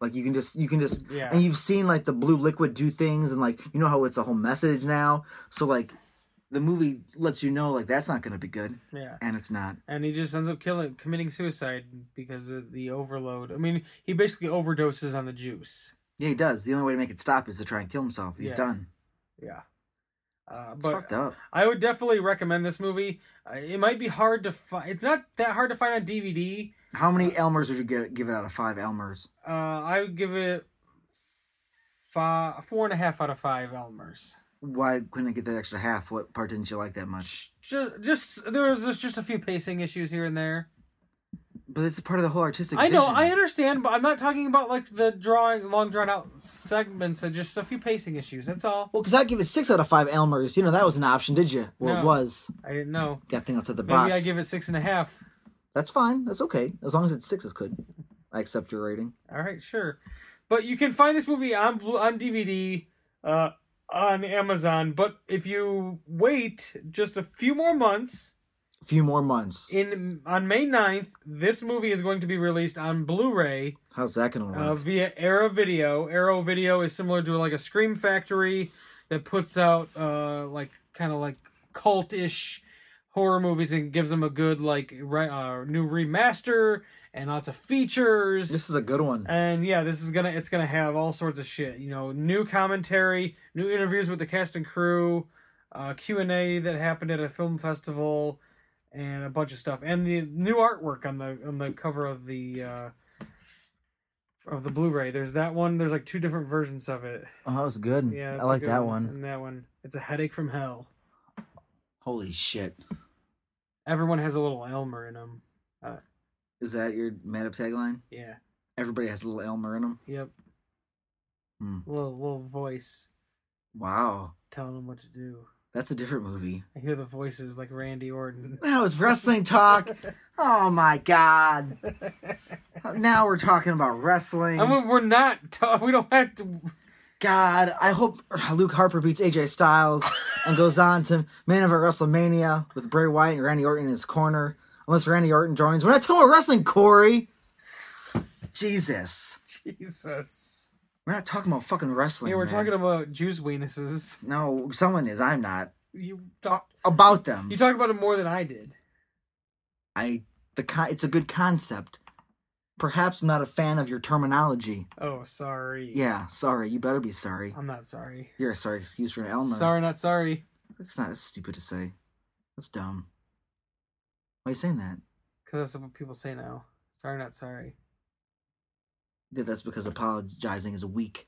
[SPEAKER 2] Like you can just you can just
[SPEAKER 1] Yeah.
[SPEAKER 2] and you've seen like the blue liquid do things and like you know how it's a whole message now. So like the movie lets you know like that's not gonna be good
[SPEAKER 1] yeah.
[SPEAKER 2] and it's not.
[SPEAKER 1] And he just ends up killing, committing suicide because of the overload. I mean, he basically overdoses on the juice.
[SPEAKER 2] Yeah, he does. The only way to make it stop is to try and kill himself. He's
[SPEAKER 1] Yeah.
[SPEAKER 2] done.
[SPEAKER 1] Yeah. Uh,
[SPEAKER 2] It's
[SPEAKER 1] but
[SPEAKER 2] fucked up.
[SPEAKER 1] I would definitely recommend this movie. Uh, it might be hard to find. It's not that hard to find on DVD.
[SPEAKER 2] How many Elmers would you get, give it out of five Elmers?
[SPEAKER 1] Uh, I would give it five, four and a half out of five Elmers.
[SPEAKER 2] Why couldn't I get that extra half? What part didn't you like that much?
[SPEAKER 1] just, just there was just a few pacing issues here and there.
[SPEAKER 2] But it's part of the whole artistic.
[SPEAKER 1] I know,
[SPEAKER 2] vision.
[SPEAKER 1] I understand, but I'm not talking about like the drawing, long drawn out segments. And just a few pacing issues. That's all.
[SPEAKER 2] Well, because I give it six out of five Elmers. You know that was an option, did you? Well,
[SPEAKER 1] No.
[SPEAKER 2] it was.
[SPEAKER 1] I didn't know.
[SPEAKER 2] That thing outside the
[SPEAKER 1] Maybe
[SPEAKER 2] box.
[SPEAKER 1] I give it six and a half.
[SPEAKER 2] That's fine. That's okay. As long as it's six is good. I accept your rating.
[SPEAKER 1] All right, sure. But you can find this movie on Blu- on DVD. Uh, on Amazon, but if you wait just a few more months,
[SPEAKER 2] A few more months.
[SPEAKER 1] in on May 9th, this movie is going to be released on Blu-ray
[SPEAKER 2] How's that gonna work?
[SPEAKER 1] uh, via Arrow Video. Arrow Video is similar to like a Scream Factory that puts out uh, like kind of like cult-ish horror movies and gives them a good like re- uh, new remaster and lots of features.
[SPEAKER 2] this is a good one.
[SPEAKER 1] and yeah, this is gonna it's gonna have all sorts of shit. You know, new commentary, new interviews with the cast and crew, uh, Q and A that happened at a film festival, and a bunch of stuff. And the new artwork on the on the cover of the uh, of the Blu-ray. There's that one. There's like two different versions of it.
[SPEAKER 2] Oh, that was good.
[SPEAKER 1] Yeah,
[SPEAKER 2] I
[SPEAKER 1] it's a
[SPEAKER 2] like
[SPEAKER 1] good
[SPEAKER 2] that one.
[SPEAKER 1] And that one. It's a headache from hell.
[SPEAKER 2] Holy shit!
[SPEAKER 1] Everyone has a little Elmer in them.
[SPEAKER 2] Is that your mad up tagline?
[SPEAKER 1] Yeah.
[SPEAKER 2] Everybody has a little Elmer in them.
[SPEAKER 1] Yep.
[SPEAKER 2] Hmm.
[SPEAKER 1] Little little voice
[SPEAKER 2] Wow,
[SPEAKER 1] telling them what to do.
[SPEAKER 2] that's a different movie.
[SPEAKER 1] I hear the voices like Randy
[SPEAKER 2] (laughs)
[SPEAKER 1] Orton.
[SPEAKER 2] That was wrestling talk. oh my god! Now we're talking about wrestling.
[SPEAKER 1] I mean, we're not. ta- we don't have to. (laughs)
[SPEAKER 2] God, I hope Luke Harper beats AJ Styles and goes on to Man of WrestleMania with Bray Wyatt and Randy Orton in his corner. Unless Randy Orton joins. We're not talking about wrestling, Corey. Jesus.
[SPEAKER 1] Jesus.
[SPEAKER 2] We're not talking about fucking wrestling.
[SPEAKER 1] Yeah, we're
[SPEAKER 2] man.
[SPEAKER 1] talking about juice weenuses. (laughs)
[SPEAKER 2] No, someone is. I'm not.
[SPEAKER 1] You talk.
[SPEAKER 2] About them.
[SPEAKER 1] You talked about it more than I did.
[SPEAKER 2] I the con- it's a good concept. Perhaps I'm not a fan of your terminology.
[SPEAKER 1] Oh, sorry.
[SPEAKER 2] Yeah, sorry. You better be sorry.
[SPEAKER 1] I'm not sorry.
[SPEAKER 2] You're a sorry excuse for an Elmer.
[SPEAKER 1] Sorry, not sorry.
[SPEAKER 2] That's not that's stupid to say. That's dumb. Why are you saying that?
[SPEAKER 1] Because that's what people say now. Sorry, not sorry.
[SPEAKER 2] Yeah, that's because apologizing is weak.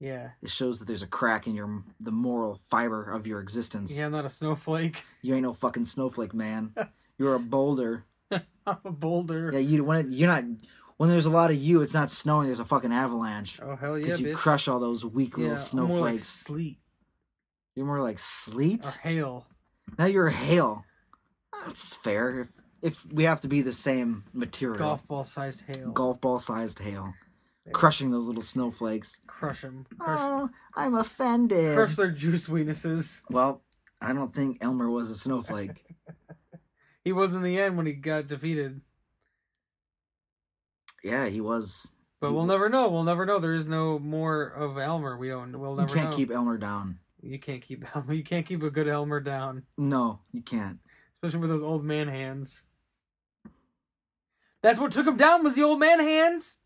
[SPEAKER 1] Yeah.
[SPEAKER 2] It shows that there's a crack in your the moral fiber of your existence.
[SPEAKER 1] Yeah, I'm not a snowflake. (laughs)
[SPEAKER 2] You ain't no fucking snowflake, man. You're a boulder.
[SPEAKER 1] I'm a boulder.
[SPEAKER 2] Yeah, you when it, you're not when there's a lot of you, it's not snowing. There's a fucking avalanche
[SPEAKER 1] Oh, hell yeah,
[SPEAKER 2] because you
[SPEAKER 1] bitch.
[SPEAKER 2] crush all those weak
[SPEAKER 1] yeah,
[SPEAKER 2] little
[SPEAKER 1] I'm more like Uh,
[SPEAKER 2] snowflakes.
[SPEAKER 1] sleet
[SPEAKER 2] you're more like sleet.
[SPEAKER 1] or hail.
[SPEAKER 2] Now you're hail. That's fair. If if we have to be the same material,
[SPEAKER 1] Golf ball sized hail.
[SPEAKER 2] golf ball sized hail, crushing those little snowflakes.
[SPEAKER 1] Crush them. Crush,
[SPEAKER 2] Oh, I'm offended.
[SPEAKER 1] crush their juice weenuses.
[SPEAKER 2] Well, I don't think Elmer was
[SPEAKER 1] (laughs)
[SPEAKER 2] a snowflake.
[SPEAKER 1] He was in the end when he got defeated.
[SPEAKER 2] yeah, he was.
[SPEAKER 1] But we'll never know. We'll never know. There is no more of Elmer. We don't. We'll
[SPEAKER 2] You
[SPEAKER 1] never
[SPEAKER 2] can't
[SPEAKER 1] know.
[SPEAKER 2] keep Elmer down.
[SPEAKER 1] You can't keep (laughs) Elmer. You can't keep a good Elmer down,
[SPEAKER 2] No, you can't.
[SPEAKER 1] especially with those old man hands. That's what took him down was the old man hands.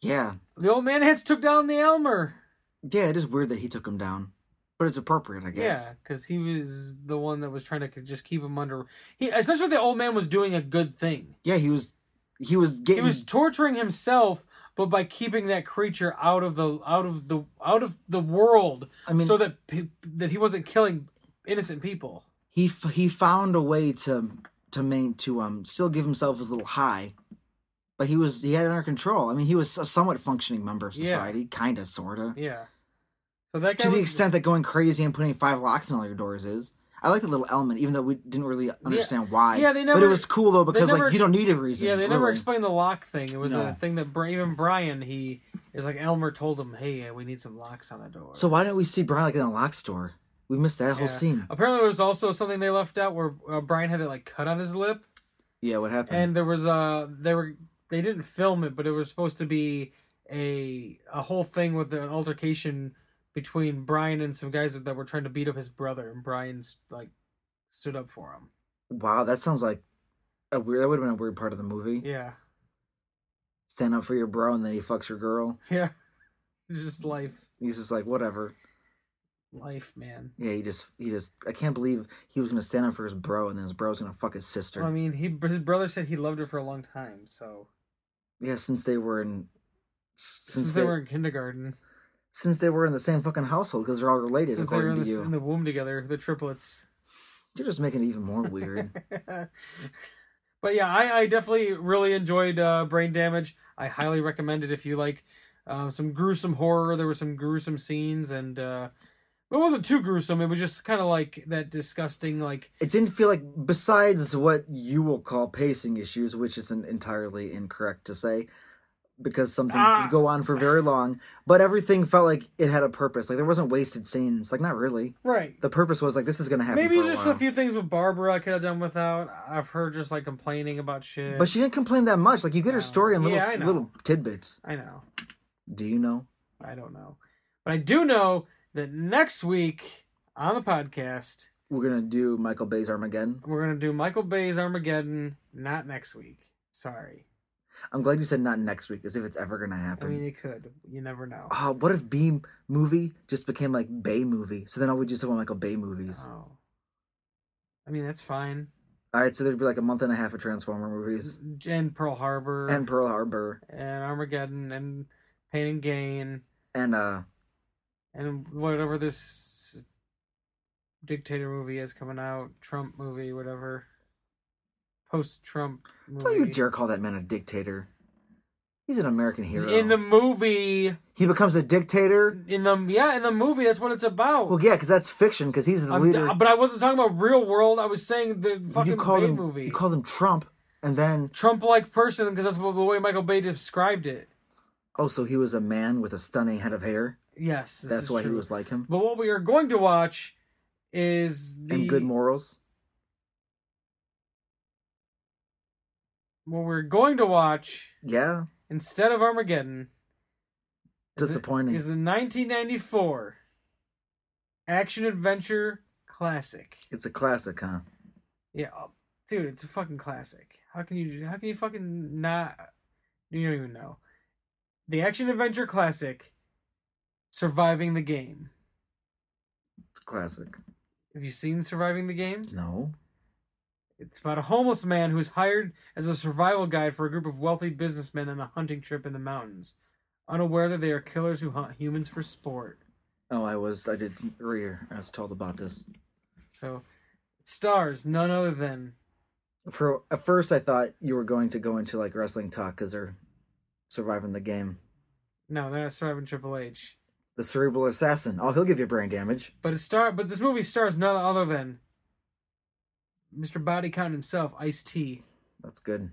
[SPEAKER 2] Yeah.
[SPEAKER 1] The old man hands took down the Elmer.
[SPEAKER 2] Yeah, it is weird that he took him down. But it's appropriate, I
[SPEAKER 1] Yeah,
[SPEAKER 2] guess.
[SPEAKER 1] because he was the one that was trying to just keep him under. He essentially the old man was doing a good thing.
[SPEAKER 2] Yeah, he was he was getting
[SPEAKER 1] He was torturing himself, but by keeping that creature out of the out of the out of the world,
[SPEAKER 2] I mean
[SPEAKER 1] so that pe- that he wasn't killing innocent people.
[SPEAKER 2] he f- he found a way to to main to um still give himself his little high. But he was he had it under control. I mean, he was a somewhat functioning member of
[SPEAKER 1] Yeah.
[SPEAKER 2] society, kind of sorta.
[SPEAKER 1] Yeah. So that guy
[SPEAKER 2] To the
[SPEAKER 1] was,
[SPEAKER 2] extent that going crazy and putting five locks on all your doors is. I like the little element, even though we didn't really understand why.
[SPEAKER 1] Yeah, they
[SPEAKER 2] But it
[SPEAKER 1] never-
[SPEAKER 2] was cool though
[SPEAKER 1] they
[SPEAKER 2] because
[SPEAKER 1] never
[SPEAKER 2] like you
[SPEAKER 1] ex-
[SPEAKER 2] don't need a reason.
[SPEAKER 1] Yeah, they never
[SPEAKER 2] really.
[SPEAKER 1] explained the lock thing. It was
[SPEAKER 2] No.
[SPEAKER 1] a thing that Bra- even Brian he is like Elmer told him, "Hey, uh, we need some locks on the door."
[SPEAKER 2] So why don't we see Brian like in a lock store? We missed that whole
[SPEAKER 1] Yeah.
[SPEAKER 2] scene.
[SPEAKER 1] apparently there's also something they left out where uh, Brian had it like cut on his lip,
[SPEAKER 2] Yeah, what happened?
[SPEAKER 1] and there was uh they were they didn't film it, but it was supposed to be a a whole thing with an altercation between Brian and some guys that, that were trying to beat up his brother, and Brian's like stood up for him.
[SPEAKER 2] wow, that sounds like a weird. That would have been a weird part of the movie.
[SPEAKER 1] Yeah,
[SPEAKER 2] Stand up for your bro, and then he fucks your girl.
[SPEAKER 1] (laughs) yeah, it's just life,
[SPEAKER 2] He's just like, whatever.
[SPEAKER 1] life, man.
[SPEAKER 2] Yeah, he just, he just. I can't believe he was gonna stand up for his bro, and then his bro's gonna fuck his sister.
[SPEAKER 1] Well, I mean, he his brother said he loved her for a long time, so
[SPEAKER 2] yeah, since they were in, since,
[SPEAKER 1] since,
[SPEAKER 2] they,
[SPEAKER 1] they, were in kindergarten,
[SPEAKER 2] since they were in the same fucking household because they're all related.
[SPEAKER 1] since they were
[SPEAKER 2] according
[SPEAKER 1] in
[SPEAKER 2] to
[SPEAKER 1] the,
[SPEAKER 2] you,
[SPEAKER 1] in the womb together, the triplets.
[SPEAKER 2] you're just making it even more weird.
[SPEAKER 1] (laughs)
[SPEAKER 2] (laughs)
[SPEAKER 1] but yeah, I, I definitely really enjoyed uh, Brain Damage. I highly recommend it if you like uh, some gruesome horror. There were some gruesome scenes, and uh, it wasn't too gruesome. It was just kind of like that disgusting, like
[SPEAKER 2] it didn't feel like besides what you will call pacing issues which isn't entirely incorrect to say because some things
[SPEAKER 1] Ah.
[SPEAKER 2] did go on for very long, but everything felt like it had a purpose. Like there wasn't wasted scenes. Like not really.
[SPEAKER 1] Right.
[SPEAKER 2] The purpose was like this is gonna happen.
[SPEAKER 1] Maybe
[SPEAKER 2] for a
[SPEAKER 1] just
[SPEAKER 2] while.
[SPEAKER 1] a few things with Barbara I could have done without. I've heard just like complaining about shit.
[SPEAKER 2] But she didn't complain that much. Like you get her story in little
[SPEAKER 1] Oh, Yeah, I know.
[SPEAKER 2] little tidbits.
[SPEAKER 1] I know.
[SPEAKER 2] Do you know?
[SPEAKER 1] I don't know. But I do know that next week on the podcast,
[SPEAKER 2] We're gonna do Michael Bay's Armageddon.
[SPEAKER 1] we're going to do Michael Bay's Armageddon, not next week. Sorry.
[SPEAKER 2] I'm glad you said not next week, as if it's ever gonna
[SPEAKER 1] I
[SPEAKER 2] happen.
[SPEAKER 1] mean, it could. You never know.
[SPEAKER 2] oh, what if B movie just became like Bay movie? So then I would just have Michael Bay movies.
[SPEAKER 1] Oh. I mean, that's fine.
[SPEAKER 2] All right, so there'd be like a month and a half of Transformer movies
[SPEAKER 1] Mm-hmm. And Pearl Harbor.
[SPEAKER 2] and Pearl Harbor
[SPEAKER 1] and Armageddon and Pain and Gain
[SPEAKER 2] and uh
[SPEAKER 1] and whatever this dictator movie is coming out, Trump movie, whatever. Post Trump movie.
[SPEAKER 2] don't you dare call that man a dictator. He's an American hero.
[SPEAKER 1] In the movie,
[SPEAKER 2] he becomes a dictator.
[SPEAKER 1] in the yeah, in the movie, that's what it's about.
[SPEAKER 2] Well, yeah, because that's fiction. Because he's the
[SPEAKER 1] I'm-
[SPEAKER 2] leader.
[SPEAKER 1] but I wasn't talking about real world. I was saying the fucking
[SPEAKER 2] you call
[SPEAKER 1] Bay
[SPEAKER 2] him
[SPEAKER 1] movie,
[SPEAKER 2] you call him Trump, and then
[SPEAKER 1] Trump-like person, because that's what, the way Michael Bay described it.
[SPEAKER 2] oh, so he was a man with a stunning head of hair.
[SPEAKER 1] Yes, this
[SPEAKER 2] That's
[SPEAKER 1] is
[SPEAKER 2] why
[SPEAKER 1] true.
[SPEAKER 2] he was like him.
[SPEAKER 1] But what we are going to watch is the
[SPEAKER 2] And good morals.
[SPEAKER 1] what we're going to watch
[SPEAKER 2] Yeah,
[SPEAKER 1] instead of Armageddon is the-
[SPEAKER 2] disappointing.
[SPEAKER 1] is the 1994 action adventure classic.
[SPEAKER 2] It's a classic, huh?
[SPEAKER 1] Yeah, oh, dude, it's a fucking classic. How can you how can you fucking not you don't even know. The action adventure classic Surviving the Game.
[SPEAKER 2] It's a classic.
[SPEAKER 1] Have you seen Surviving the Game?
[SPEAKER 2] No.
[SPEAKER 1] It's about a homeless man who is hired as a survival guide for a group of wealthy businessmen on a hunting trip in the mountains, unaware that they are killers who hunt humans for sport.
[SPEAKER 2] Oh, I was. I did read. I was told about this.
[SPEAKER 1] So, it stars none other than
[SPEAKER 2] For at first, I thought you were going to go into like wrestling talk because they're surviving the game.
[SPEAKER 1] no, they're not surviving Triple H,
[SPEAKER 2] The cerebral assassin. Oh, he'll give you brain damage.
[SPEAKER 1] but it star but this movie stars none other than Mr. Body Count himself, Ice T,
[SPEAKER 2] That's good.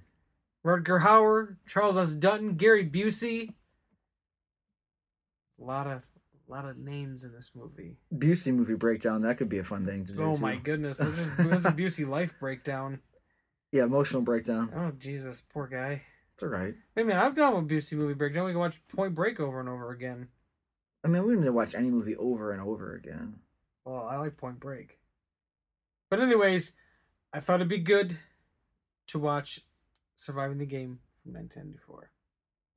[SPEAKER 1] Rutger Hauer, Charles S. Dutton, Gary Busey. A lot of lot of names in this movie.
[SPEAKER 2] Busey movie breakdown. That could be a fun thing to do.
[SPEAKER 1] Oh
[SPEAKER 2] too.
[SPEAKER 1] my goodness, that's just that's a Busey life breakdown.
[SPEAKER 2] Yeah, emotional breakdown.
[SPEAKER 1] Oh Jesus, poor guy.
[SPEAKER 2] It's all right.
[SPEAKER 1] Wait a minute, I'm done with Busey movie breakdown. We can watch Point Break over and over again.
[SPEAKER 2] I mean, we don't need to watch any movie over and over again.
[SPEAKER 1] Well, I like Point Break. But anyways, I thought it'd be good to watch Surviving the Game from 1994.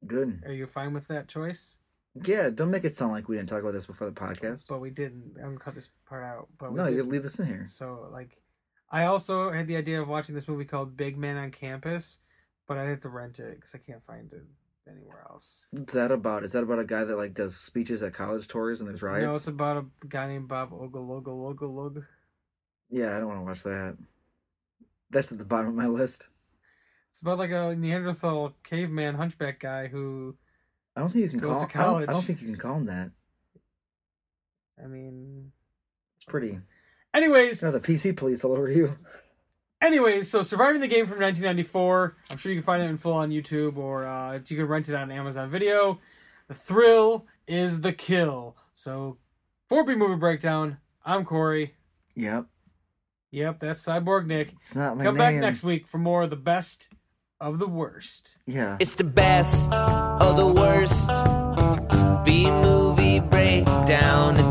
[SPEAKER 2] Good.
[SPEAKER 1] Are you fine with that choice?
[SPEAKER 2] Yeah, don't make it sound like we didn't talk about this before the podcast.
[SPEAKER 1] But we didn't. I'm gonna cut this part out. But we
[SPEAKER 2] No, you
[SPEAKER 1] did.
[SPEAKER 2] leave this in here.
[SPEAKER 1] So like, I also had the idea of watching this movie called Big Man on Campus, but I had to rent it because I can't find it anywhere else.
[SPEAKER 2] What's that about? Is that about a guy that like does speeches at college tours and there's riots?
[SPEAKER 1] No, it's about a guy named Bob Ogologologolog.
[SPEAKER 2] Yeah, I don't want to watch that. That's at the bottom of my list.
[SPEAKER 1] It's about like a Neanderthal caveman hunchback guy who,
[SPEAKER 2] I don't think you can
[SPEAKER 1] Goes to
[SPEAKER 2] call. I don't- I,
[SPEAKER 1] college.
[SPEAKER 2] don't, think you can call him that.
[SPEAKER 1] I mean,
[SPEAKER 2] It's pretty. It's
[SPEAKER 1] anyways,
[SPEAKER 2] not the PC police all over you.
[SPEAKER 1] anyways. So surviving the game from 1994. I'm sure you can find it in full on YouTube or uh, you can rent it on Amazon Video. The thrill is the kill. So, for B movie breakdown. I'm Corey.
[SPEAKER 2] Yep,
[SPEAKER 1] Yep, that's Cyborg Nick.
[SPEAKER 2] it's not my
[SPEAKER 1] Come
[SPEAKER 2] name.
[SPEAKER 1] back next week for more of the best of the worst.
[SPEAKER 2] Yeah.
[SPEAKER 3] It's the best of the worst. B movie breakdown. It's